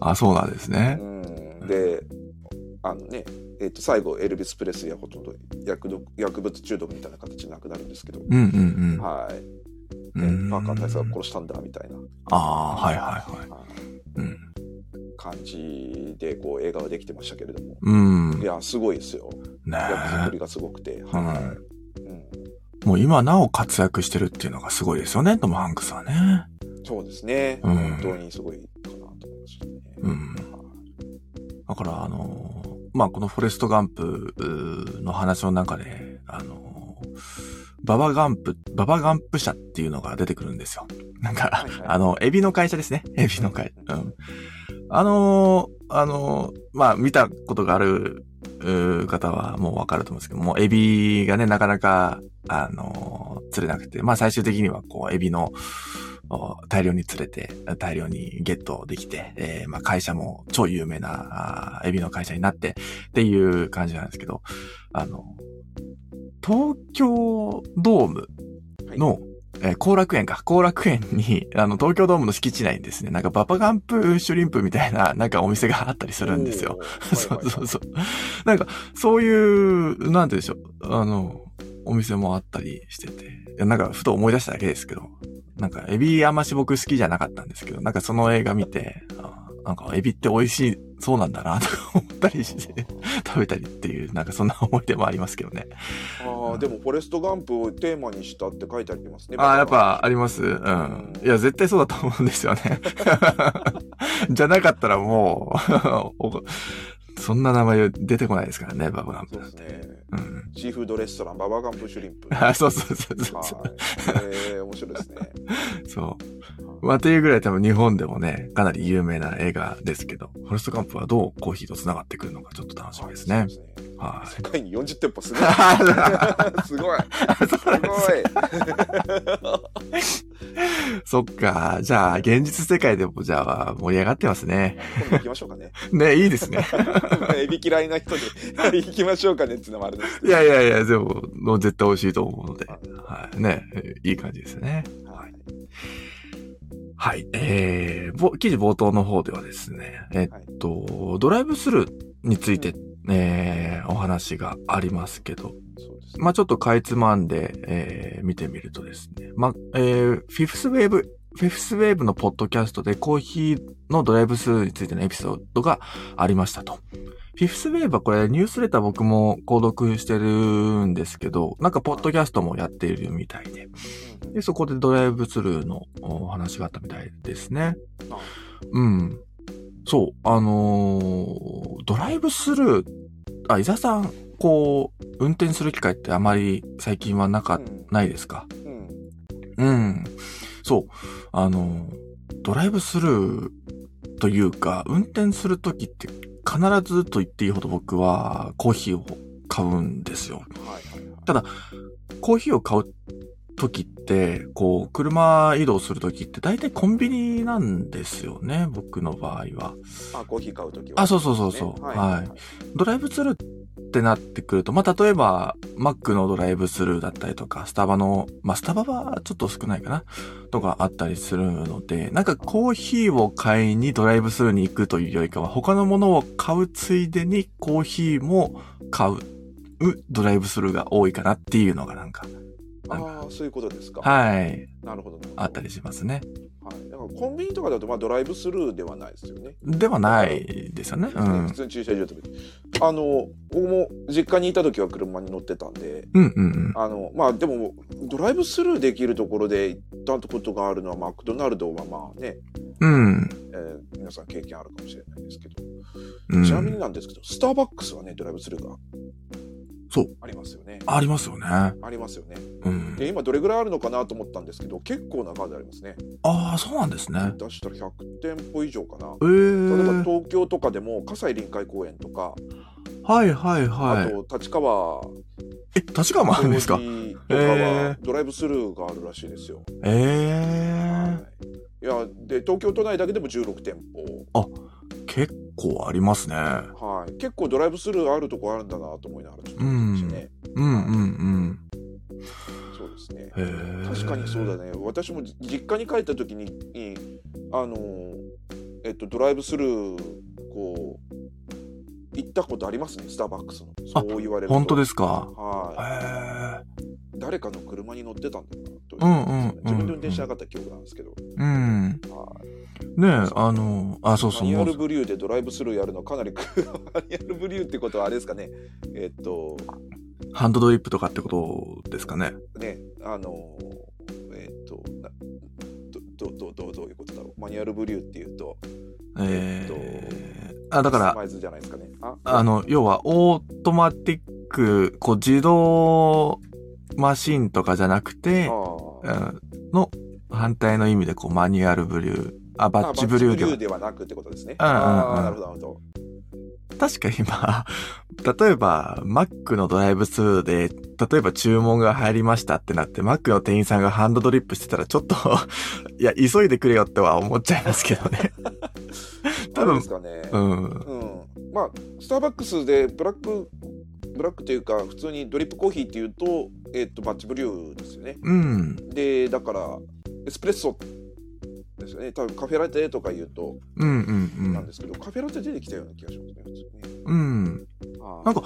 あ、そうなんですね。うんであのね、えっと最後エルビス・プレスリーはほとんど薬毒薬物中毒みたいな形で亡くなるんですけど、うんうんはい、ねうんうん。パーカー大佐が殺したんだみたいな、ああー、はいはいはい。はいうん感じでこう映画はできてましたけれども、うん。いやすごいですよね役作りがすごくて、え。うはん。いうんもう今なお活躍してるっていうのがすごいですよね、トム・ハンクスはね。そうですね、うん本当にすごいかなと思いましたね。うんだから、あのーまあ、このフォレスト・ガンプうーの話の中で、あのーババガンプ、ババガンプ社っていうのが出てくるんですよ。なんか、はいはいあの、エビの会社 ですね。エビの会。うん。あのーあのーまあ、見たことがあるうー方はもうわかると思うんですけども、エビがね、なかなか、あのー釣れなくて、まあ、最終的には、こう、エビの、お大量に釣れて、大量にゲットできて、えーまあ、会社も超有名な、あーエビの会社になって、っていう感じなんですけど、あの、東京ドームはいの、えー後楽園か、後楽園に、 あの、東京ドームの敷地内にですね、なんかババガンプシュリンプみたいな、 なんかお店があったりするんですよ。。お ーそうそうはそう。 なんか、そういう、なんて言うんでしょう。あの、お店もあったりしてて。いやなんか、ふと思い出しただけですけど。なんか、エビあんまし僕好きじゃなかったんですけど、なんかその映画見て、あなんか、エビって美味しい、そうなんだな、とか思ったいはいりして、食べたりっていう、なんかそんな思い出もありますけどね。ああでもフォレストガンプをテーマにしたって書いてありますね。ああ、やっぱありますうん。いや、絶対そうだと思うんですよね。 じゃなかったらもう お、そんな名前出てこないですからね、ババガンプそうなでんすて。ね。うん。シーフードレストランババガンプシュリンプ。はあ、 そうそうそうそうそい。えー、面白いです ね。う。そう。まあ、というぐらい多分日本でもね、かなり有名な映画ですけど、フォレストカンプはどうコーヒーと繋がってくるのかちょっと楽しみですね。そうですねは世界に40店舗すごい。 すごい。い。そうなんですそっか。じゃあ、現実世界でもじゃあ盛り上がってますね。今度行きましょうかね。 ね、いいですね。 エビ嫌いな人に行きましょうかねっていうのもあるんですけいど。やいやいや、でも、もう絶対美味しいと思うので。はい。ね、いい感じですね。はいはい。えー、ぼ記事冒頭の方ではですね、えはいっと、ドライブスルーについて、えー、お話がありますけど、そうですね。まあちょっとかいつまんで、えー、見てみるとですね、まあえー、フィフスウェーブフェフスウェーブのポッドキャストでコーヒーのドライブスルーについてのエピソードがありましたと。フィフスウェーブはこれニュースレター僕も購読してるんですけど、なんかポッドキャストもやっているみたいで。で、そこでドライブスルーのお話があったみたいですね。うん。そう、あのードライブスルー、あ、伊沢さん、こう、運転する機会ってあまり最近はなか、ないですかうんうん。そう。あの、ドライブスルーというか、運転するときって必ずと言っていいほど僕はコーヒーを買うんですよ。うんはいはいはいただコーヒーを買うときって、こう、車移動するときって大体コンビニなんですよね、僕の場合は。あコーヒー買うときはあ、そうそうそうそう。ねはいいドライブスルーってなってくると、まあ、例えば、マックのドライブスルーだったりとか、スタバの、まあ、スタバはちょっと少ないかな、とかあったりするので、なんかコーヒーを買いにドライブスルーに行くというよりかは、他のものを買うついでにコーヒーも買う、ドライブスルーが多いかなっていうのがなんか、ああそういうことですかはい、なるほどなるほどあったりしますね。はいだからコンビニとかだとまあドライブスルーではないですよねではないですよね。う普ん。通に駐車場でもあの僕も実家にいた時は車に乗ってたんでうんうんうん。あのまあでもドライブスルーできるところで行ったことがあるのはマクドナルドはまあね、うん。えー皆さん経験あるかもしれないですけど、うん、ちなみになんですけどスターバックスはねドライブスルーがそうありますよねありますよね。ありますよねうん。で今どれぐらいあるのかなと思ったんですけど結構な数ありますねああ、そうなんですね。出したら100店舗以上かなええ例えば東京とかでも葛西臨海公園とか、はいはいはあい。と立川え、立川もあるんですか八王子とかへはードライブスルーがあるらしいですよ。ええはいいやで東京都内だけでも16店結構ありますね。舗、はい、結構ドライブスルーあるとこあるんだなと思いながらちょっと見てましたね、うんうんそうですねうん。へえ確かにそうだね私もじ実家に帰った時ににあのえっとドライブスルーこう行ったことありますねスターバックスのあそう言われると本当ですか。はいへえ誰かの車に乗ってたんだなと、うんうんうんうん自分で運転しなかった記憶なんですけど、うん。ねえ、はいあの、あ、そうマそう、ニュもアルう、ブリューでドライブスルーやるのはかなり マニュアルブリューってことはあれですかねえっとハンドドリップとかってことですかね。ねあのえっとなどどどどどういうことだろうマニュアルブリューっていうとえええあ、だかカスらマ、イズじゃないですかねああの、要は、オートマティック、こう、自動マシンとかじゃなくて、あーうんの反対の意味で、こう、マニュアルブリュー、あ、バッチブリューではではなくってことですねうんうんうんあーなるほどなるほ確か今、例えば、Mac のドライブスルーで、例えば注文が入りましたってなって、Mac の店員さんがハンドドリップしてたら、ちょっと、 いや、急いでくれよっては思っちゃいますけどね。ど多分あれですかね、うん。うん、まあスターバックスでブラックブラックというか普通にドリップコーヒーっていうと,、えっとバッチブリューですよねうん。でだからエスプレッソですよね多分カフェラテとか言うとうんうんなんですけど、カフェラテ出てきたような気がしますね普通にうん。うん。あーなんか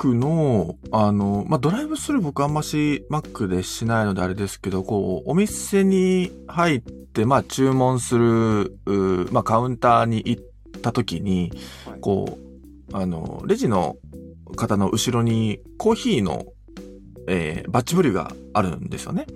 Mac の、あの、まあ、ドライブスルー僕あんまし Mac でしないのであれですけど、こう、お店に入って、まあ、注文する、うまあ、カウンターに行った時に、はいこう、あの、レジの方の後ろにコーヒーの、えーバッチブリューがあるんですよね。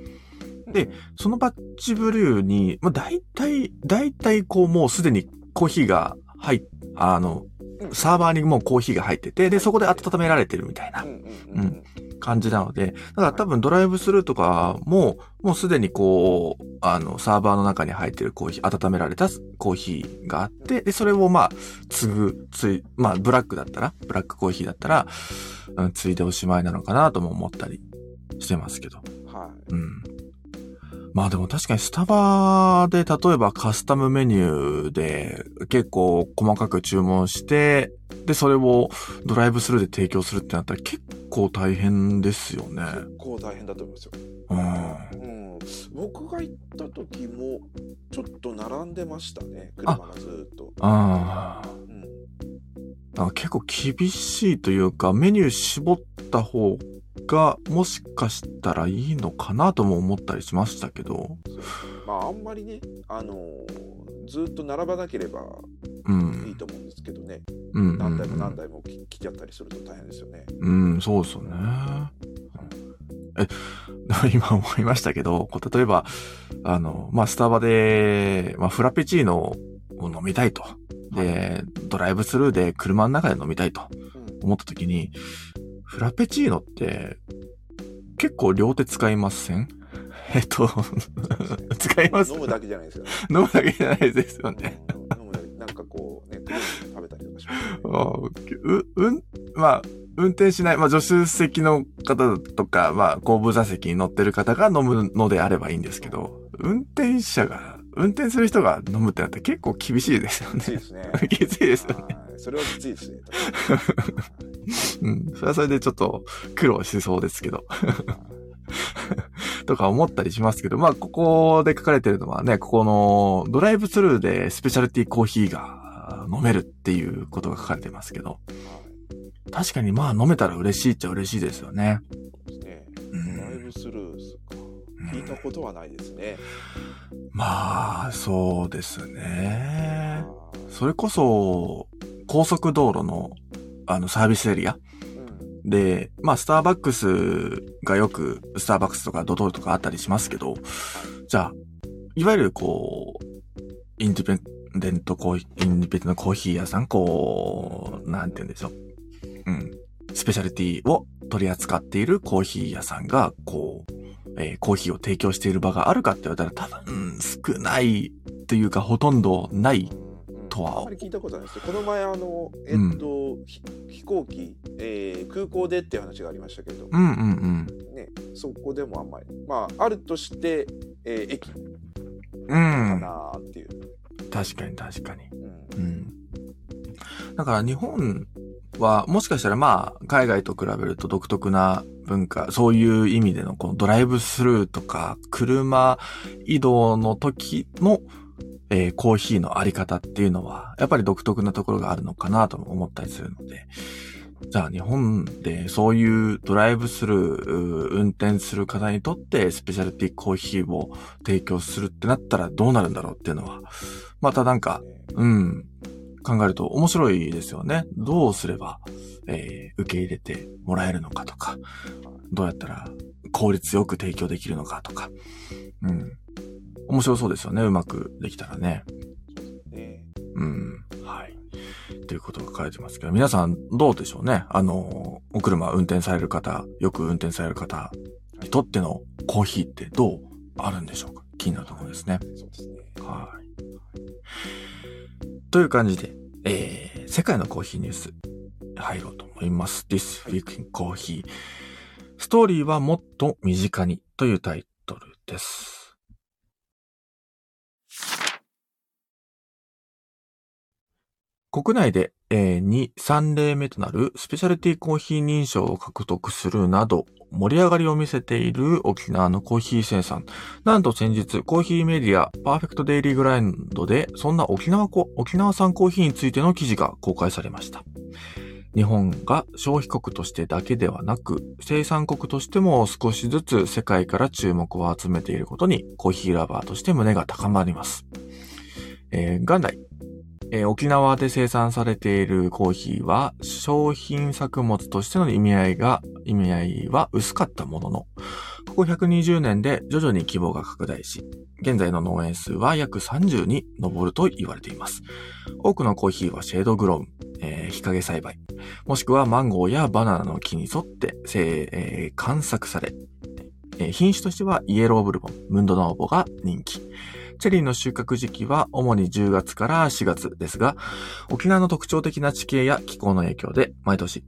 でそのバッチブリューに、まあ、大体、大体こうもうすでにコーヒーが入っ、あのう、んサーバーにもうコーヒーが入ってて、で、そこで温められてるみたいなうんうんうんうん感じなので、だから多分ドライブスルーとかも、もうすでにこう、あの、サーバーの中に入ってるコーヒー、温められたコーヒーがあって、で、それをまあ、継ぐ、つい、まあ、ブラックだったら、ブラックコーヒーだったら、うん、継いでおしまいなのかなとも思ったりしてますけど。はうん。まあでも確かにスタバで例えばカスタムメニューで結構細かく注文して、で、それをドライブスルーで提供するってなったら結構大変ですよね。い結構大変だと思いますよ、うん。うん、僕が行った時もちょっと並んでましたね車がずーっと、ああ。うん、なんか結構厳しいというか、メニュー絞った方がもしかしたらいいのかなとも思ったりしましたけど。そうまああんまりね、あのずっと並ばなければういいん。と思うんですけどね、うん。何台も何台もき来ちゃったりすると大変ですよね。うん、そうっすよね。え、 今思いましたけど、こう例えば、あの、まあ、スタバで、まあ、フラペチーノを飲みたいと。で、ドライブスルーで車の中で飲みたいとうん思った時に、フラペチーノって、結構両手使いません えっと、使います飲むだけじゃないですよね。飲むだけじゃないですよね。うん飲むだけなんかこうね、クリーム食べたりとかしますよねう、うん、まあ、運転しない、まあ、助手席の方とか、まあ、後部座席に乗ってる方が飲むのであればいいんですけど、運転者が、運転する人が飲むってなって結構厳しいですよきついねで。すね。 きついですよね。はいそれはきつい ですね。うん。それはそれでちょっと苦労しそうですけど、 とか思ったりしますけど、まあ、ここで書かれてるのはね、ここのドライブスルーでスペシャルティコーヒーが飲めるっていうことが書かれてますけど、確かにまあ飲めたら嬉しいっちゃ嬉しいですよね。そうですね。うドライん、ブスルーですか。聞いたことはないですね。まあ、そうですね。あそれこそ、高速道路の、あの、サービスエリアーうんで、まあ、スターバックスがよく、スターバックスとかドトールとかあったりしますけど、じゃあ、いわゆるこう、インディペンデントコーヒー、インディペンデントコーヒー屋さん、こう、なんて言うんでしょう。うん。スペシャルティーを取り扱っているコーヒー屋さんが、こう、えーコーヒーを提供している場があるかって言われたら多分少ないというかほとんどない。うんとはあんまり聞いたことないですねこの前あのえうんっと、ひ飛行機、えー空港でっていう話がありましたけど、うんうんうん。ねそこでもあんまりまああるとして、えー駅かうん。なーっていう、確かに確かに。うんうん。だから日本はもしかしたらまあ海外と比べると独特な文化、そういう意味でのこのドライブスルーとか車移動の時の、えーコーヒーのあり方っていうのはやっぱり独特なところがあるのかなとも思ったりするので、じゃあ日本でそういうドライブスルーうー、運転する方にとってスペシャルティコーヒーを提供するってなったらどうなるんだろうっていうのは、またなんかねうん。考えると面白いですよね。どうすれば、えー受け入れてもらえるのかとか、どうやったら効率よく提供できるのかとか。うん。面白そうですよね。うまくできたらね。ねうん。はい。ということが書かれてますけど、皆さんどうでしょうね。あの、お車運転される方、よく運転される方にとってのコーヒーってどうあるんでしょうか気になるところですね。そうですねはい。という感じで、えー、世界のコーヒーニュース入ろうと思います。This Week in Coffee ストーリーはもっと身近にというタイトルです。国内で、えー、2、3例目となるスペシャルティコーヒー認証を獲得するなど、盛り上がりを見せている沖縄のコーヒー生産。なんと先日、コーヒーメディア、パーフェクトデイリーグラインドで、そんな沖縄こ沖縄産コーヒーについての記事が公開されました。日本が消費国としてだけではなく、生産国としても少しずつ世界から注目を集めていることに、コーヒーラバーとして胸が高まります。えー元来、えー沖縄で生産されているコーヒーは、商品作物としての意味合いが、意味合いは薄かったものの、ここ120年で徐々に規模が拡大し、現在の農園数は約30に上ると言われています。多くのコーヒーはシェードグロウン、えー日陰栽培、もしくはマンゴーやバナナの木に沿って、せえー観作され、えー品種としてはイエローブルボン、ムンドナーボが人気。チェリーの収穫時期は主に10月から4月ですが、沖縄の特徴的な地形や気候の影響で、毎年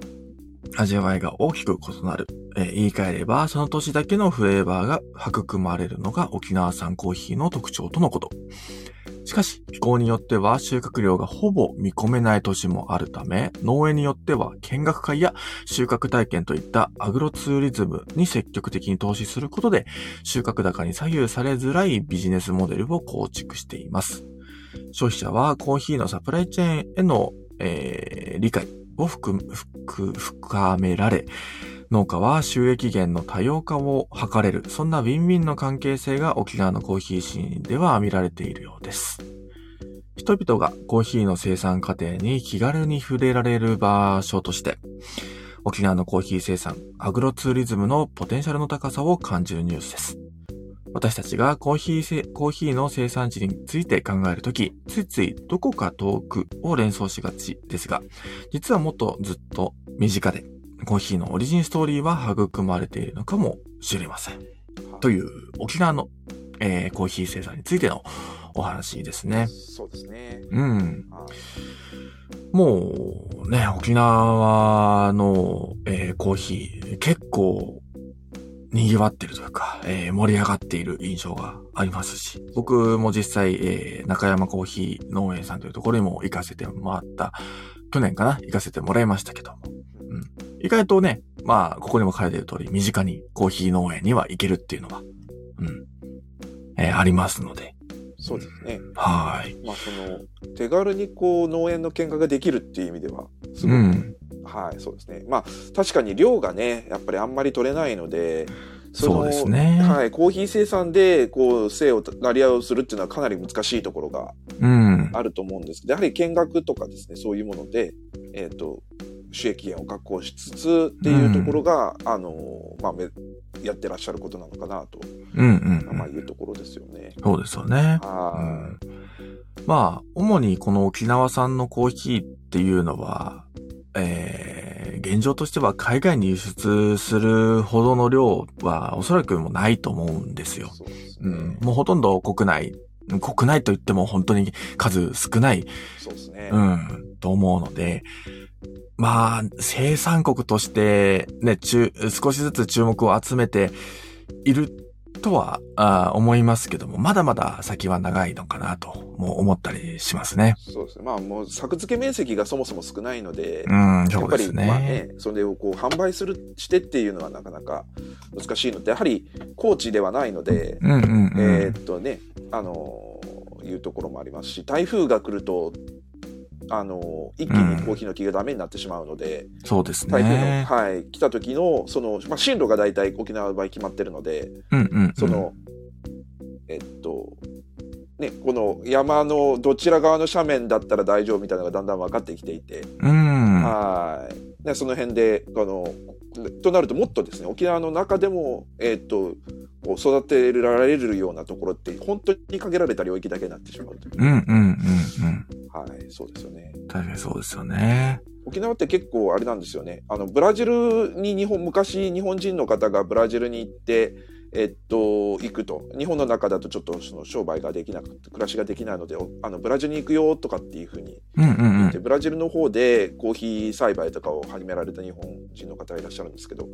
味わいが大きく異なる。えー言い換えれば、その年だけのフレーバーが育まれるのが沖縄産コーヒーの特徴とのこと。しかし、気候によっては収穫量がほぼ見込めない年もあるため、農園によっては見学会や収穫体験といったアグロツーリズムに積極的に投資することで、収穫高に左右されづらいビジネスモデルを構築しています。消費者はコーヒーのサプライチェーンへの、えー理解を含む含深められ、農家は収益源の多様化を図れる、そんなウィンウィンの関係性が沖縄のコーヒーシーンでは見られているようです。人々がコーヒーの生産過程に気軽に触れられる場所として、沖縄のコーヒー生産、アグロツーリズムのポテンシャルの高さを感じるニュースです。私たちがコーヒーコーヒーの生産地について考えるとき、ついついどこか遠くを連想しがちですが、実はもっとずっと身近で、コーヒーのオリジンストーリーは育まれているのかもしれません。という沖縄の、えー、コーヒー生産についてのお話ですね。そうですね。うん。もうね、沖縄の、えー、コーヒー結構賑わってるというか、えー、盛り上がっている印象がありますし、僕も実際、えー、中山コーヒー農園さんというところにも行かせてもらった、去年かな行かせてもらいましたけども。うん。意外とね、まあ、ここにも書いてる通り、身近にコーヒー農園には行けるっていうのは、うん。えー、ありますので、そうですね。はい。まあその手軽にこう農園の見学ができるっていう意味ではすごく、うん、はいそうですね。まあ確かに量がねやっぱりあんまり取れないので。そそうですね、はい、コーヒー生産でこう生をなり合いをするっていうのはかなり難しいところがあると思うんですけど、うん、やはり見学とかですねそういうもので、えーと、と収益源を確保しつつっていうところが、うん、あのまあ、やってらっしゃることなのかなと、うんうんうん、まあ、いうところですよね。そうですよね。、はい、うんまあ、主にこの沖縄産のコーヒーっていうのは、えー、現状としては海外に輸出するほどの量はおそらくもないと思うんですよ。う,すね、うん、もうほとんど国内、国内といっても本当に数少ない、そうですね。うん、と思うので、まあ、生産国として、ね、中、少しずつ注目を集めているとはあ思いますけども、まだまだ先は長いのかなと、もう思ったりしますね。そうですね。まあ、もう作付け面積がそもそも少ないので、うん、そうですね。やっぱり、まあね、それをこう、販売する、してっていうのはなかなか難しいので、やはり、高知ではないので、うんうんうん、えー、っとね、あのー、いうところもありますし、台風が来ると、あの一気にコーヒーの木がダメになってしまうので、うん、そうですね。台風の、はい、来た時の、その、まあ、進路が大体沖縄の場合決まってるので、うんうん、うん、その、えっと、ね、この山のどちら側の斜面だったら大丈夫みたいなのがだんだん分かってきていて、うん、はい。で、その辺で、あの、となるともっとですね、沖縄の中でも、えっと、こう育てられるようなところって本当に限られた領域だけになってしまうという。うんうんうんうん。はい、そうですよね。確かにそうですよね。沖縄って結構あれなんですよね。あのブラジルに日本昔日本人の方がブラジルに行って。えっと、行くと日本の中だとちょっとその商売ができなくて暮らしができないのであのブラジルに行くよとかっていうふうに言って、うんうんうん、ブラジルの方でコーヒー栽培とかを始められた日本人の方がいらっしゃるんですけど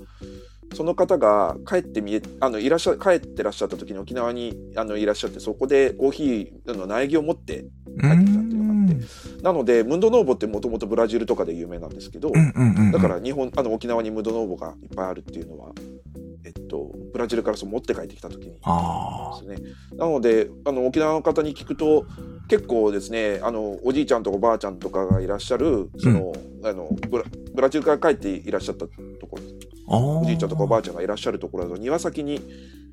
その方が帰ってみえあのいらっしゃ帰ってらっしゃった時に沖縄にあのいらっしゃってそこでコーヒーの苗木を持って帰ってきたっていうのがあってなのでムンドノーボってもともとブラジルとかで有名なんですけど、うんうんうん、、だから日本あの沖縄にムンドノーボがいっぱいあるっていうのはえっと、ブラジルからその持って帰ってきた時にですね、なのであの沖縄の方に聞くと結構ですねあのおじいちゃんとかおばあちゃんとかがいらっしゃるその、うん、あのブラブラジルから帰っていらっしゃったところおじいちゃんとかおばあちゃんがいらっしゃるところだと庭先に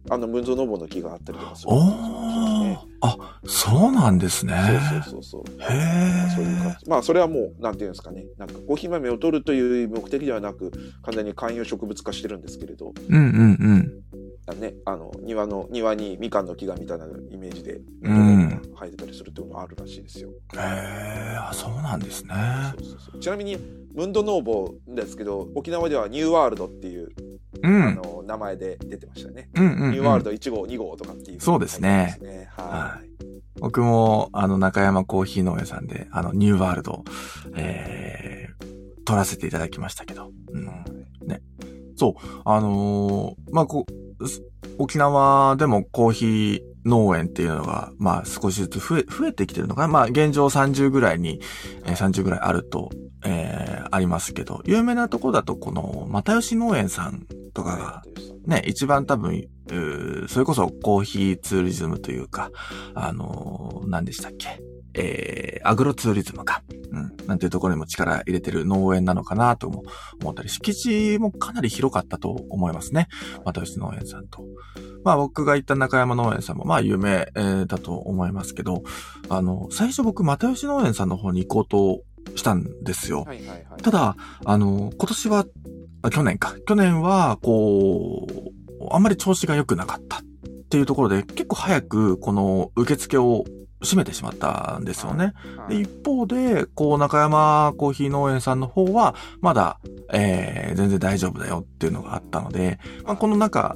あのムンゾノボの木があったりとかするす、ね、あそうなんですね。そうそうそうそう。へえ。そういう感じ。まあそれはもうなんていうんですかね。なんかコーヒー豆を取るという目的ではなく完全に観葉植物化してるんですけれど。うんうんうん。だね、あの庭の庭にみかんの木がみたいなイメージで、うん、生えてたりするっていうのはあるらしいですよ。へえあそうなんですねそうそうそう。ちなみにムンドノーボですけど沖縄ではニューワールドっていう、うん、あの名前で出てましたよね、うんうんうん、ニューワールド1号2号とかっていう、ね、そうですねはい、僕もあの中山コーヒー農園さんであのニューワールド、えー、撮らせていただきましたけど、うんね、そうあのー、まあこ沖縄でもコーヒー農園っていうのが、まあ少しずつ増え、増えてきてるのかなまあ現状30ぐらいに、えー、30ぐらいあると、えー、ありますけど、有名なとこだとこの、又吉農園さんとかが、ね、一番多分、それこそコーヒーツーリズムというか、あのー、何でしたっけえー、アグロツーリズムか、うん、なんていうところにも力入れてる農園なのかなとも思ったり、敷地もかなり広かったと思いますね。又吉農園さんと。まあ僕が行った中山農園さんもまあ有名、えーだと思いますけど、あの、最初僕又吉農園さんの方に行こうとしたんですよ。はいはいはい。ただ、あの、今年は、あ去年か。去年は、こう、あんまり調子が良くなかったっていうところで、結構早く、この受付を閉めてしまったんですよね。はでい、一方で、こう、中山コーヒー農園さんの方は、まだ、えー、全然大丈夫だよっていうのがあったので、まあ、この中、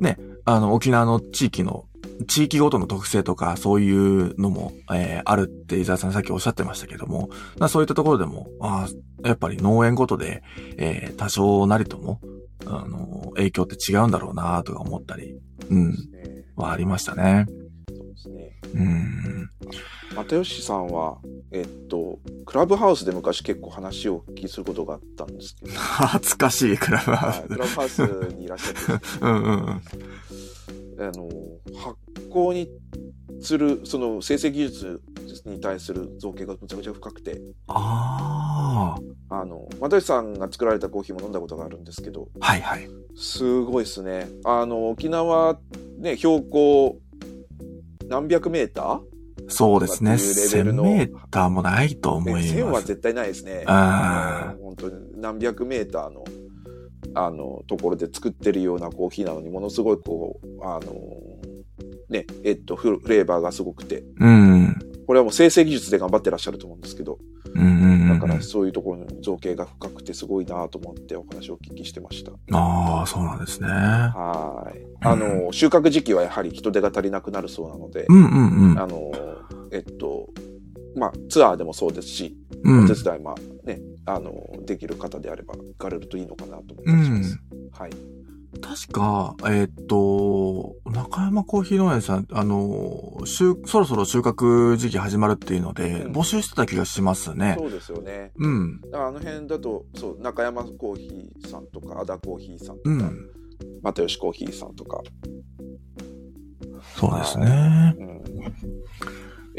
ね、あの、沖縄の地域の、地域ごとの特性とか、そういうのも、えー、あるって伊沢さんさっきおっしゃってましたけども、まあそういったところでも、ああ、やっぱり農園ごとで、えー、多少なりとも、あの、影響って違うんだろうなとか思ったり、うん、ねはありましたね。そうですね。うん。又吉さんは、えっと、クラブハウスで昔結構話をお聞きすることがあったんですけど、懐かしいクラブハウはいスク。ラブハウスにいらっしゃって、うんうんうん。あの発酵にするその生成技術に対する造形がむちゃくちゃ深くてああの又吉さんが作られたコーヒーも飲んだことがあるんですけどあ。はいはい。すごいですねあの沖縄ね標高何百メータそうですね。とかっていうレベ1000ルのメーターもないとー、思いね、ます。 1000は絶対ないですねあ本当に何百メーターのあのところで作ってるようなコーヒーなのにものすごいこうあのねえっとフルフレーバーがすごくてうん。うんこれはもう生成技術で頑張ってらっしゃると思うんですけど、うんうんうだん。からそういうところの造形が深くてすごいなと思ってお話をお聞きしてました。ああ、そうなんですね。はーい。あの、収穫時期はやはり人手が足りなくなるそうなのでう、んうんうんあの、えっと、まあ、ツアーでもそうですし、うおん手。伝い、まあ、ね、あの、できる方であれば行かれるといいのかなと思ってうまんす。はい。確か、えーっと、中山コーヒー農園さん、あの、収そろそろ収穫時期始まるっていうので、うん募集してた気がしますね。そうですよね。うん。だからあの辺だと、そう、中山コーヒーさんとか、アダコーヒーさんとうか、ん。又吉コーヒーさんとか、そうですね。うん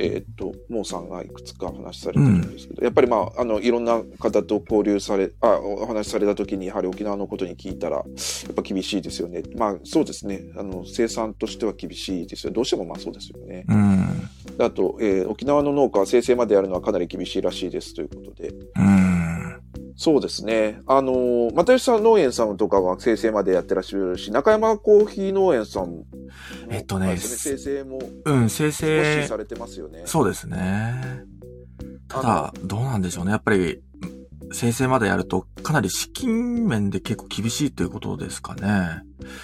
えーっと、モーさんがいくつかお話しされてるんですけど、やっぱりまあ、あの、いろんな方と交流され、あ、おお話しされた時に、やはり沖縄のことに聞いたら、やっぱ厳しいですよね。まあ、そうですね。あの、生産としては厳しいですよ。どうしてもまあそうですよね。うん。あと、えー沖縄の農家は生成までやるのはかなり厳しいらしいですということで。うん。そうですね。あのー、又吉さん農園さんとかは生成までやってらっしゃるし、中山コーヒー農園さんも、えっとねあれですね生成もうん、生少成し。されてますよね。そうですね。ただ、どうなんでしょうね。やっぱり、先生までやると、かなり資金面で結構厳しいということですかね。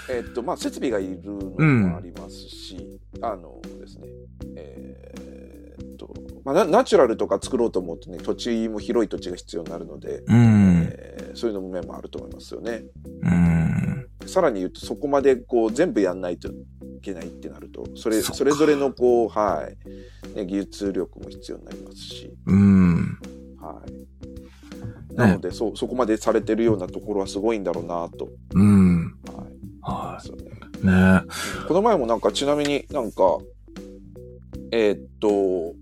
えっとまあ、設備がいるのもありますし、あのですね、えーっとまあ、ナナチュラルとか作ろうと思うとね、土地も広い土地が必要になるので、うん。えーそういうのも面もあると思いますよね。うん。さらに言うと、そこまでこう全部やんないといけないってなると、それそっそかれぞれのこう、はいね、技術力も必要になりますし、うん。はい、なので、そうそこまでされてるようなところはすごいんだろうなと。うん。はいはそうですよねい。ねこの前もなんかちなみになんかえーっと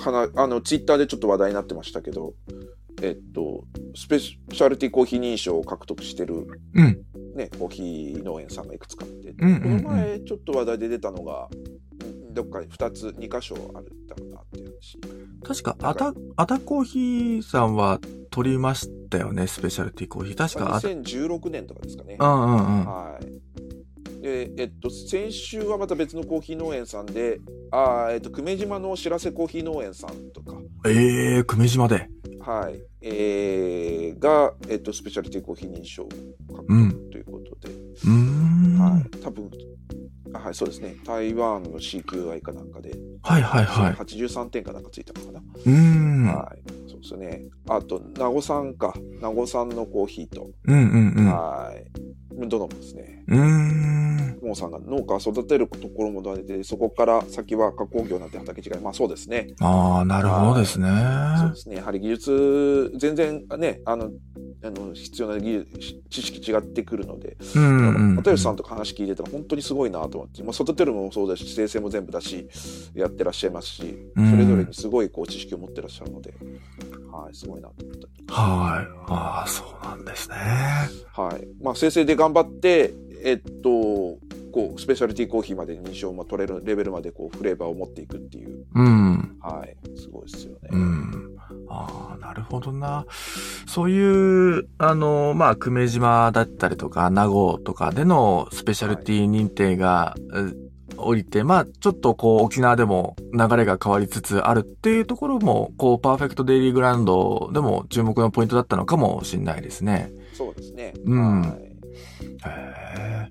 はなあのツイッターでちょっと話題になってましたけどえっとスペシャルティコーヒー認証を獲得してる、うん。ね、コーヒー農園さんがいくつかあって、うんうんうんこの前ちょっと話題で出たのがうんどっかに2つ2箇所あるんだろうなっていう話確か、アタ、アタコーヒーさんは取りましたよね。スペシャルティコーヒー。確か、あた、 2016年とかですかねうんうんうん。はい。で、えっと、先週はまた別のコーヒー農園さんで、あーえっと、久米島の白瀬コーヒー農園さんとか、ええー、久米島で。はい、えーが、えっと、スペシャリティコーヒー認証を獲うん得ということで、うーん。ははいい、多分、あはい、そうですね、台湾の CQI かなんかで、はいはい。 83点かなんかついたのかな。うーん。うんはい、そうですね。あと、名護さんか、名護さんのコーヒーと、うんうん。はい、どのもですね。うーん。モーさんが農家を育てるところも出てそこから先は加工業なんて畑違いまあそうですね、ああ、なるほどですね。そうですねやはり技術全然ねあのあの必要な技術し知識違ってくるのでうんうん。又吉さんとか話聞いてたら本当にすごいなと思って、まあ、育てるのもそうだし生成も全部だしやってらっしゃいますしうんそれぞれにすごいこう知識を持ってらっしゃるので、はい、すごいなと思ったり。はい。ああ、そうなんですね。はい。まあ、生成で頑張って、えっと、こう、スペシャルティーコーヒーまで認証も取れるレベルまで、こう、フレーバーを持っていくっていう、うん。はい。すごいですよね。うん。ああ、なるほどな。そういう、あの、まあ、久米島だったりとか、名護とかでのスペシャルティ認定が、う降りて、まあ、ちょっとこう、沖縄でも流れが変わりつつあるっていうところも、こう、パーフェクトデイリーグラウンドでも注目のポイントだったのかもしれないですね。そうですね。うんはいへうんえ。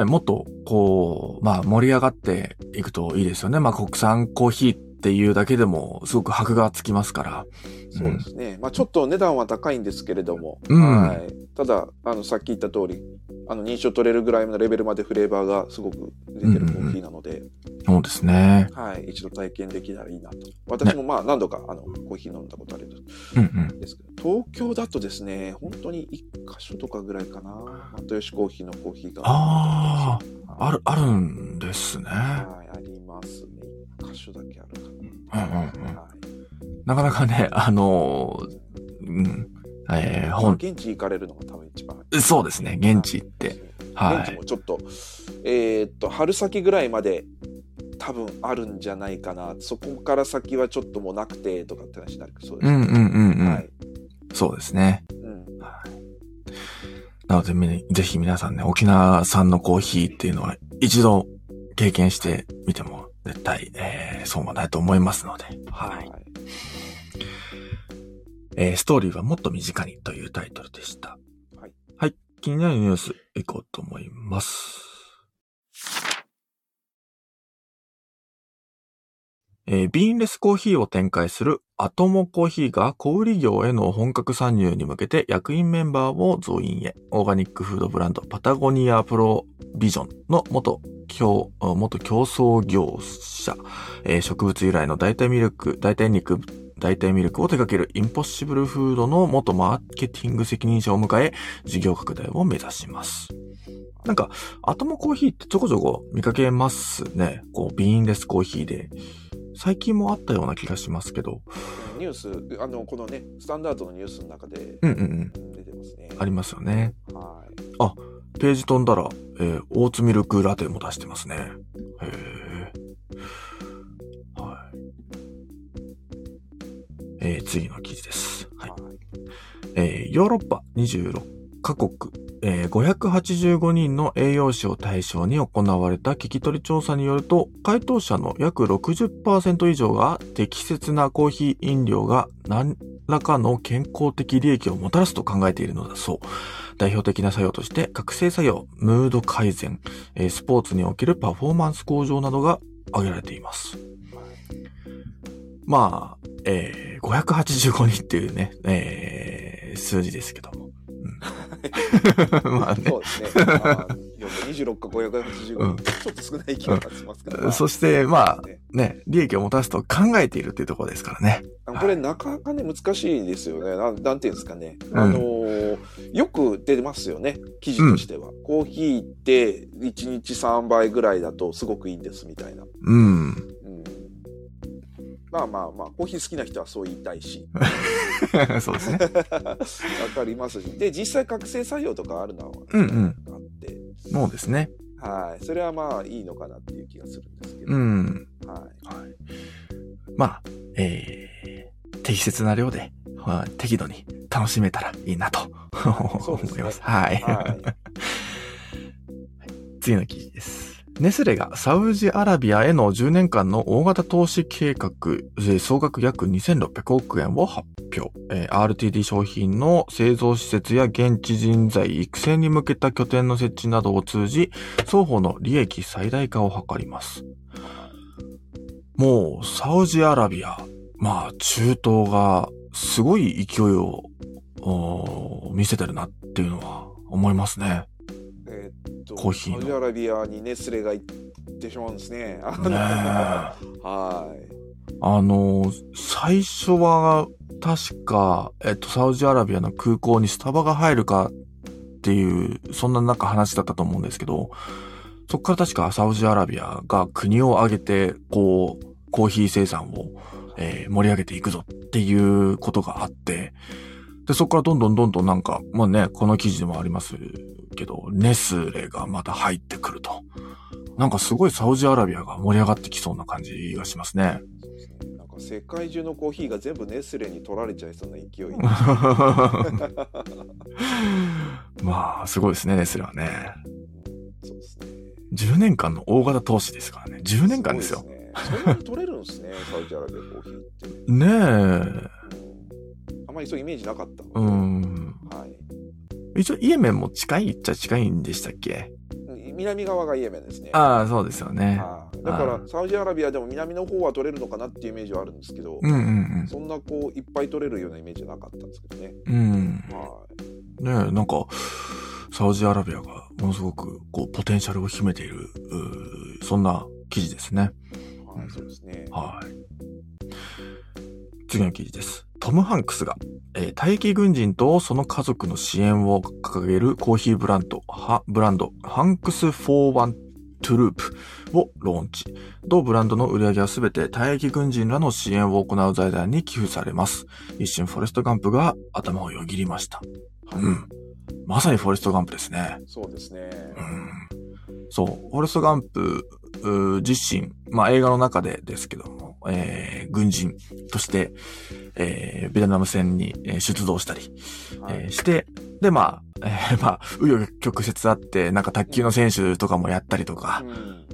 ね、もっと、こう、まあ、盛り上がっていくといいですよね。まあ、国産コーヒーっていうだけでも、すごく箔がつきますから。そうですね、まあ、ちょっと値段は高いんですけれども、うんはい、ただあのさっき言った通りあの認証取れるぐらいのレベルまでフレーバーがすごく出てるコーヒーなので、そうですね。はい、一度体験できたらいいなと私もまあ何度かあのコーヒー飲んだことあるんうんうん。ですけど東京だとですね本当に1箇所とかぐらいかな又吉コーヒーのコーヒーがああ、ある、あるんですね。はい、ありますね1箇所だけあるかな、うんうんうんはいなかなかね、 あのー、うん、えー、まあ本、現地行かれるのが多分一番そうですね、現地行って。。はい現地もちょっと、えーっと、春先ぐらいまで多分あるんじゃないかな。そこから先はちょっともうなくてとかって話になるそうでうすんうんうんうん。はい。そうですね。うん。なので、みぜひ皆さんね、沖縄産のコーヒーっていうのは一度経験してみても絶対、えー、損はないと思いますので。はい。はい。えー、ストーリーはもっと身近にというタイトルでした。はい。はい。気になるニュース、いこうと思います。えー、ビーンレスコーヒーを展開するアトモコーヒーが小売業への本格参入に向けて役員メンバーを増員へ。オーガニックフードブランドパタゴニアプロビジョンの元競、元競争業者、えー植物由来の代替ミルク、代替肉代替ミルクを手掛けるインポッシブルフードの元マーケティング責任者を迎え、事業拡大を目指します。なんか、アトモコーヒーってちょこちょこ見かけますね。こう、ビーンレスコーヒーで。最近もあったような気がしますけど。ニュース、あの、このね、スタンダードのニュースの中でうんうんうん。出てますね。ありますよね。はい。ページ飛んだら、えー、オーツミルクラテも出してますね。へえ。はい。えー、次の記事です。はい。はい。えーヨーロッパ26カ国、えー585人の栄養士を対象に行われた聞き取り調査によると、回答者の約60%以上が適切なコーヒー飲料が何らかの健康的利益をもたらすと考えているのだそう。代表的な作用として、覚醒作用、ムード改善、えースポーツにおけるパフォーマンス向上などが挙げられています。まあ、えー、585人っていうね、えー、数字ですけども。うん まあねそ。うですね。まあ26か585、うんちょっと少ない気がしますけど、うん そしてまあねね、利益をもたらすと考えているっていうところですからね。あのこれなかなかね難しいですよね。なんなんていうんですかね。うんあのーよく出ますよね記事としては。コーヒーって1日3杯ぐらいだとすごくいいんですみたいな。うん。 うん、まあまあまあコーヒー好きな人はそう言いたいしそうですね。わかりますし。で実際覚醒作用とかあるのはうんうんあって、そうですね。はいそれはまあいいのかなっていう気がするんですけど。うん。はいまあ、えー、適切な量で、まあ適度に楽しめたらいいなとそう思ですねいます。はい。 はい。次の記事です。ネスレがサウジアラビアへの10年間の大型投資計画、えー総額約2600億円を発表。えー RTD 商品の製造施設や現地人材育成に向けた拠点の設置などを通じ、双方の利益最大化を図ります。もう、サウジアラビア、まあ、中東がすごい勢いをおー見せてるなっていうのは思いますね。えーっとコーヒーのサウジアラビアにネスレが行ってしまうんですね。あのねえ はい。あの、最初は、確か、えっと、サウジアラビアの空港にスタバが入るかっていう、そんななんか話だったと思うんですけど、そこから確かサウジアラビアが国を挙げて、こう、コーヒー生産を、えー盛り上げていくぞっていうことがあって、で、そこからどんどんどんどんなんか、まあね、この記事でもありますけど、ネスレがまた入ってくると。なんかすごいサウジアラビアが盛り上がってきそうな感じがしますね。なんか世界中のコーヒーが全部ネスレに取られちゃいそうな 勢い。 まあ、すごいですね、ネスレはね。そうですね。 10年間の大型投資ですからね。10年間ですよご。いね。そんなに取れるんで すね、サウジアラビアコーヒーって。ねえ。うんあまりそういうイメージなかった。う。ん。はい。一応、イエメンも近いっちゃ近いんでしたっけ南側がイエメンですね。ああ、そうですよね。はいだからあサウジアラビアでも南の方は取れるのかなっていうイメージはあるんですけど、うんうんそんなこういっぱい取れるようなイメージはなかったんですけどね。うん。うん。はい。ねえ、なんか、サウジアラビアがものすごく、こう、ポテンシャルを秘めている、うーそんな記事ですね。はい、そうですね。はい。次の記事です。トム・ハンクスが、えー、退役軍人とその家族の支援を掲げるコーヒーブランド、はブランド、ハンクス・フォー・ワン・トゥループをローンチ。同ブランドの売り上げはすべて退役軍人らの支援を行う財団に寄付されます。一瞬フォレスト・ガンプが頭をよぎりました。はいうん。まさにフォレスト・ガンプですね。そうですね。うんそう、フォレスト・ガンプうー自身、まあ映画の中でですけども、えー軍人として、えーベトナム戦にえー出動したり、はえーい。して、で、まあ、えーまあ、紆余曲折あって、なんか卓球の選手とかもやったりとか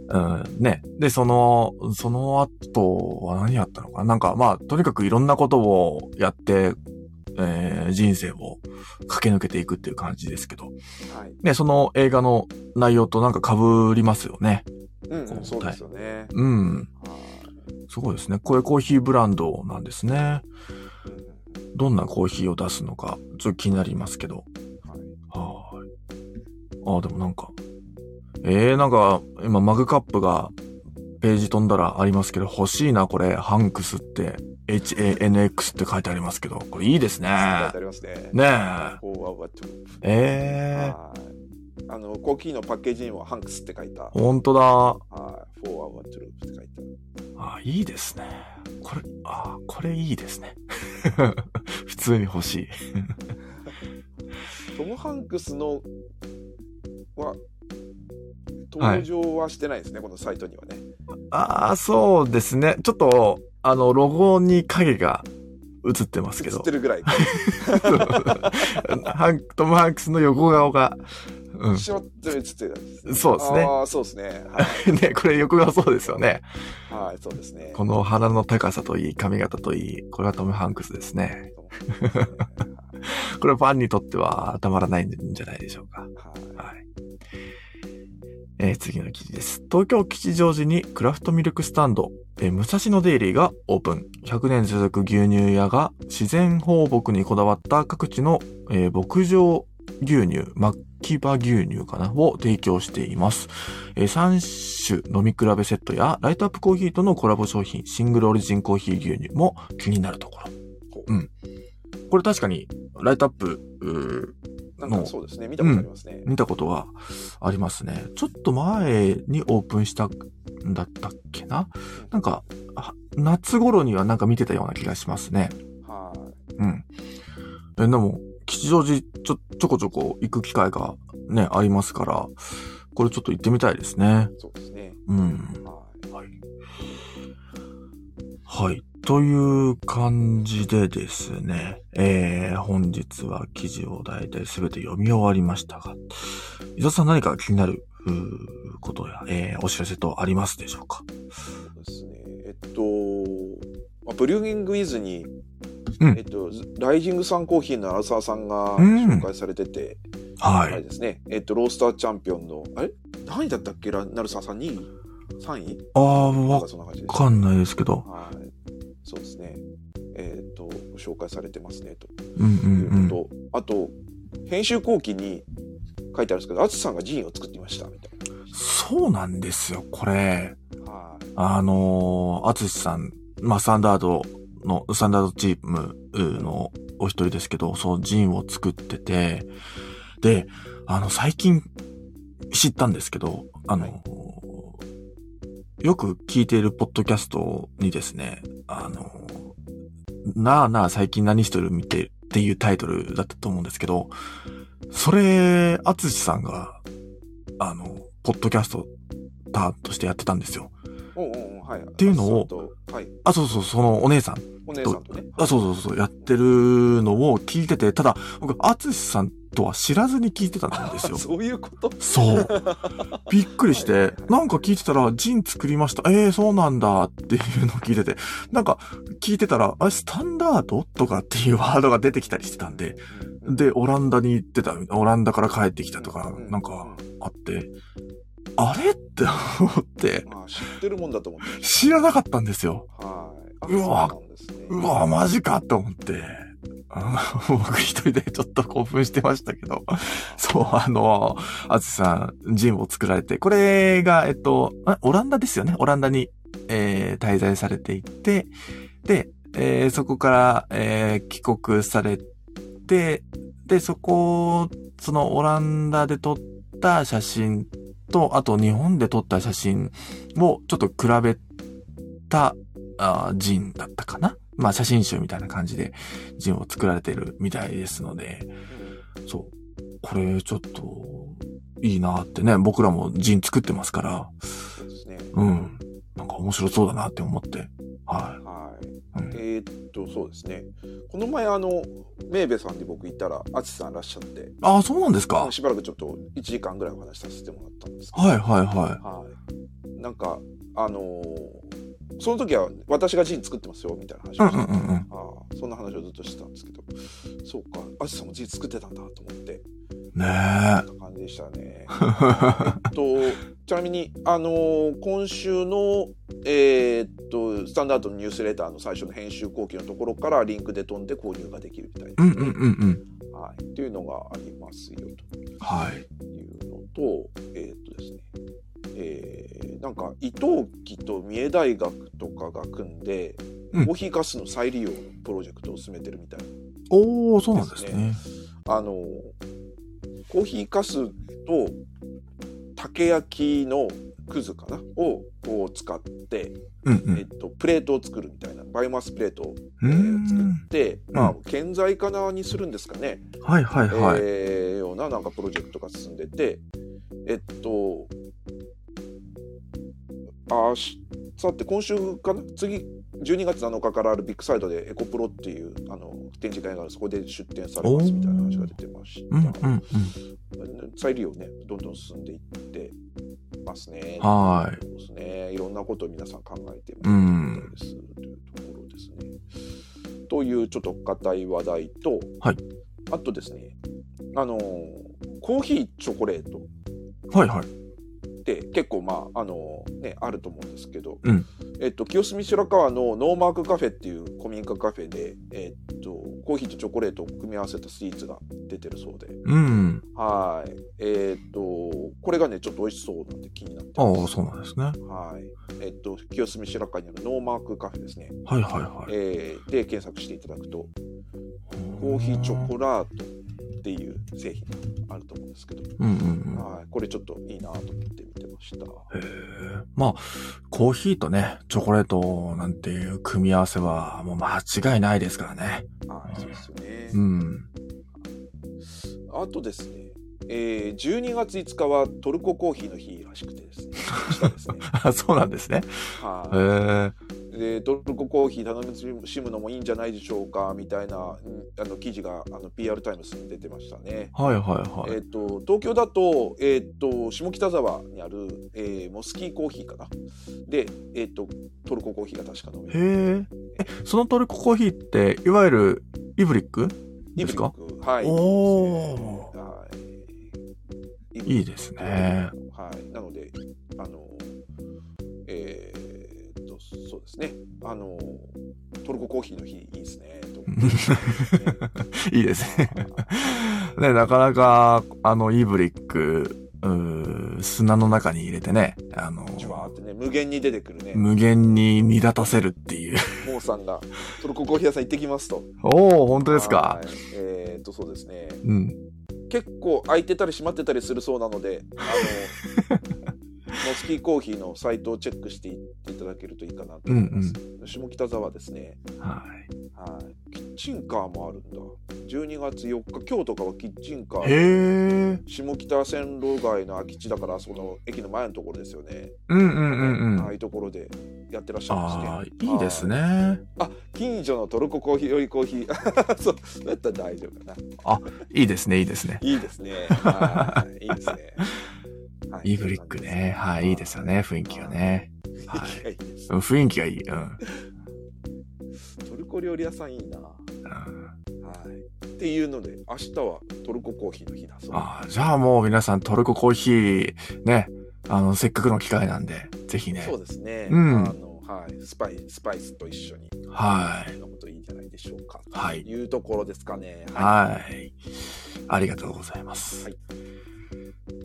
う、んうん、ね。で、その、その後は何やったのかななんか、まあ、とにかくいろんなことをやって、えー人生を駆け抜けていくっていう感じですけど、はい。ね、その映画の内容となんか被りますよね。うんこう、うんそうですよね。うん。はいすごいですね。これコーヒーブランドなんですね。うんどんなコーヒーを出すのか、ちょっと気になりますけど。はい。はーい。あー、でもなんか。えー、なんか、今マグカップがページ飛んだらありますけど、欲しいな、これ。ハンクスって、HANX って書いてありますけど、これいいですね。書いてありますね。ねフォーアワートゥーえ。えー、はいあのコーヒーのパッケージにもハンクスって書いた。はい。ほんとだ。フォーアワートゥープって書いた。あ、いいですね。これ、あ、これいいですね。 普通に欲しい。トム・ハンクスのは登場はしてないですね、このサイトにはね。ああ、そうですね。ちょっと、あの、ロゴに影が映ってますけ映っどて、るぐらい。ハントム・ハンクスの横顔が、 うしまってる映ってる。ん、そうですね。ああ、そうですね。はね、これ横顔そうですよね。い、はい、そうですね。この鼻の高さといい、髪型といい、これはトム・ハンクスですね。トムハンクスねこれファンにとってはたまらないんじゃないでしょうか。はいはい。えー次の記事です。東京吉祥寺にクラフトミルクスタンド、えー武蔵野デイリーがオープン。100年続く牛乳屋が自然放牧にこだわった各地の、えー牧場牛乳、牧場牛乳かなを提供しています。え3種飲み比べセットやライトアップコーヒーとのコラボ商品、シングルオリジンコーヒー牛乳も気になるところ。うん。これ確かにライトアップ、うーなんかそうですね、見たことありますね。見たことがありますね。ちょっと前にオープンしたんだったっけななんか、あ夏頃にはなんか見てたような気がしますね。はい。うん。え、でも、吉祥寺ちょ、ちょこちょこ行く機会がね、ありますから、これちょっと行ってみたいですね。そうですね。うん。はい。はい。という感じでですね、えー、本日は記事を大体すべて読み終わりましたが、伊沢さん何か気になる、うーことや、えー、お知らせとありますでしょうかそうですね。えっと、まあ、ブリューギングイズに、うんえっと、ライジングサンコーヒーの荒沢さんがうん紹介されてて、はあれい。ですね、えっと、ロースターチャンピオンの、あれ何位だったっけ、ラなるさん、3位 ?3 位ああ、なわんかそんな感じでしたかんないですけど。はい。そうですね。えっと、紹介されてますね、とうんういうんこと、あと、編集後期に書いてあるんですけど、あつさんがジンを作っていました、みたいうん。そうなんですよ、これ。な。はい。あのー、アツシさん、まあ、スタンダードの、スタンダードチームのお一人ですけど、そう、ジンを作ってて、で、あの、最近知ったんですけど、あのーはいよく聞いているポッドキャストにですね、あの、なあなあ最近何してる見てっていうタイトルだったと思うんですけど、それ、あつしさんが、あの、ポッドキャストターとしてやってたんですよ。おうおうおうはい。っていうのをはい。あ、そうそう、そのお姉さんお姉さんとね。あ、そうそうそう、やってるのを聞いてて、ただ、僕、あつしさんとは知らずに聞いてたんですよあ。そういうことそう。びっくりして、はいはいはいなんか聞いてたら、ジン作りました。ええー、そうなんだっていうのを聞いてて、なんか聞いてたら、あれ、スタンダードとかっていうワードが出てきたりしてたんで、うんうんで、オランダに行ってた、オランダから帰ってきたとかう、なんか、あって、あれって思ってう、んまあ、知ってるもんだと思ってまし知らなかったんですよ。た。はい。あうわそうなんですねうわ、マジかと思って。 あの僕一人でちょっと興奮してましたけど。 そう、あの、あずさん、ジムを作られて、これが、えっと、あオランダですよね。オランダに、えー滞在されていて、で、えーそこから、えー帰国されて、で、そこ、そのオランダで撮った写真と、あと日本で撮った写真をちょっと比べた、あージンだったかなまあ写真集みたいな感じでジンを作られてるみたいですので、そう。これちょっと、いいなってね、僕らもジン作ってますから、そうですね。うん。なんか面白そうだなって思って、ははい。い。うんえーっと、そうですね。この前、あの、メーベさんで僕行ったら、あちさんいらっしゃって、ああ、そうなんですかしばらくちょっと1時間ぐらいお話しさせてもらったんですけど、はいはいははい。なんか、あのーその時は私がジン作ってますよ、みたいな話い。うんをうして、んうんうん。ああそんな話をずっとしてたんですけど、そうか、あちさんもジン作ってたんだと思って、ねそえ。んな感じでしたね。はえっと、 ちなみに、あのー今週の、えーっと、スタンダードのニュースレターの最初の編集後期のところからリンクで飛んで購入ができるみた いでうすんねうんうんうん。はい。というのがありますよ、とはい。いうのと、えーっとですね、えーなんか、伊藤家と三重大学とかが組んで、うんコーヒーガスの再利用のプロジェクトを進めてるみたいなおー、そうなんですね。あのコーヒーかすと竹焼きのくずかなをこう使って、うんうえっん。と、プレートを作るみたいなバイオマスプレートを、うえーー作ん。って、まあう、建材かなにするんですかね、はいはいはい。えーようななんかプロジェクトが進んでてえっとあさて今週かな次12月7日からあるビッグサイドでエコプロっていうあの展示会があるそこで出展されますみたいな話が出てましうんうんうた、ん。再利用ねどんどん進んでいってますねはそうですね。いろんなことを皆さん考えていうんただきたいです、というところですね。というちょっと硬い話題と、はいあとですね、あのーコーヒーチョコレーい。トはいはい。って結構まああのーねあると思うんですけど、うんえっと清澄白河のノーマークカフェっていう古民家カフェで、えっとコーヒーとチョコレートを組み合わせたスイーツが出てるそうで、うん。はい。えっとこれがねちょっと美味しそうなんで気になってあます。あ、そうなんですね。はい。えっと、清澄白河にあるノーマークカフェですね。はいはいはい。えーで、検索していただくと、コーヒーチョコラートっていう製品があると思うんですけど、うんうんうん。はい。これちょっといいなと思って見てました。へえまあ、コーヒーとね、チョコレートなんていう組み合わせは、もう間違いないですからね。はい、そうですよね。うん。 あとですね、えー12月5日はトルココーヒーの日らしくてですね、明日ですねあそうなんですね。はへい。えでトルココーヒー頼みしむのもいいんじゃないでしょうかみたいなうんあの記事があの PR タイムスに出てましたね。はいはいはい。えっと東京だと,、えっと下北沢にある、えーモスキーコーヒーかなで、えっとトルココーヒーが確か飲めるへええ、そのトルココーヒーって、いわゆる、イブリックイですブリかックはいおーはいいいですね。 はいなのであのえーっとそうですねあのトルココーヒーの日いいですねと思って いいですね。ね、なかなか、あの、イブリック、うー砂の中に入れてね、あの、じわーってね無限に出てくるね無限に煮立たせるっていう。モーさんがトルココーヒー屋さん行ってきますとおお本当ですかは。いえーっとそうですねうん。 結構開いてたり閉まってたりするそうなので、あのスキーコーヒーのサイトをチェックしていっていただけるといいかなと思います。下北沢ですね。はい。はい。キッチンカーもあるんだ。12月4日、今日とかはキッチンカー。へえ。下北線路街の空き地だから、その駅の前のところですよね。うんうんうんうああいん。うところでやってらっしゃいますね。ああ、いいですね。あ、近所のトルココーヒーよりコーヒー。 そう、だったら大丈夫かな。いいですね、いいですね。いいですね。はいいいですね。はイーブリックね。はい、いいですよ。ね、雰囲気がね。ははいいですうん雰囲気がいい。うん。トルコ料理屋さんいいな。はうんい。っていうので、明日はトルココーヒーの日だそうです。ああ、じゃあもう皆さんトルココーヒー、ね、あの、せっかくの機会なんで、ぜひねそ。うですね。うんあのはい、スパイスパイスと一緒にはい。飲むといいんじゃないでしょうか。はいというところですかね。はい。ありがとうございます。はい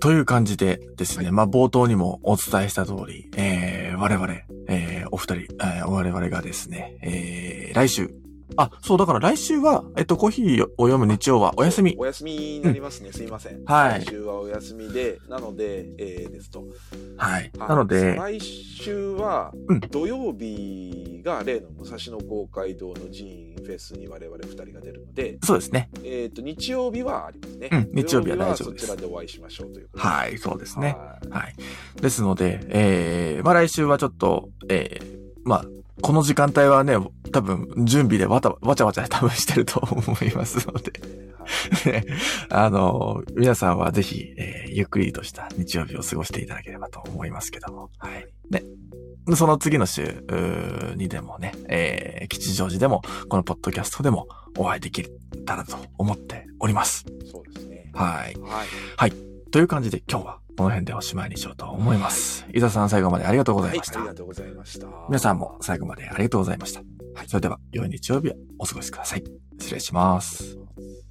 という感じでですね、はいまあ冒頭にもお伝えした通り、えー、我々、えー、お二人、えー、我々がですね、えー、来週、あ、そう、だから来週は、えっと、コーヒーを読む日曜はお休み。お休みになりますね。すいません。はい来週はお休みで、なので、えー、ですと。はい。はいなので、来週はうん土曜日が例の武蔵野公会堂の寺院フェスに我々2人が出るので、そうですね。えー、と日曜日はありますね、うん日曜日は大丈夫です土曜日はそちらでお会いしましょうということはい、そうですね。ははい。ですので、えー、まあ来週はちょっと、えー、まあ、この時間帯はね、多分、準備でわた、わちゃわちゃ多分してると思いますので、いはねあの、皆さんはぜひ、えーゆっくりとした日曜日を過ごしていただければと思いますけども。はい。ね。その次の週うーにでもね、えー吉祥寺でも、このポッドキャストでもお会いできたらと思っております。いそうですねはい。はいという感じで今日はこの辺でおしまいにしようと思います。伊沢さん最後までありがとうございましあた。りがとうございました皆さんも最後までありがとうございました。はいそれでは、良い日曜日をお過ごしください。失礼します。そうです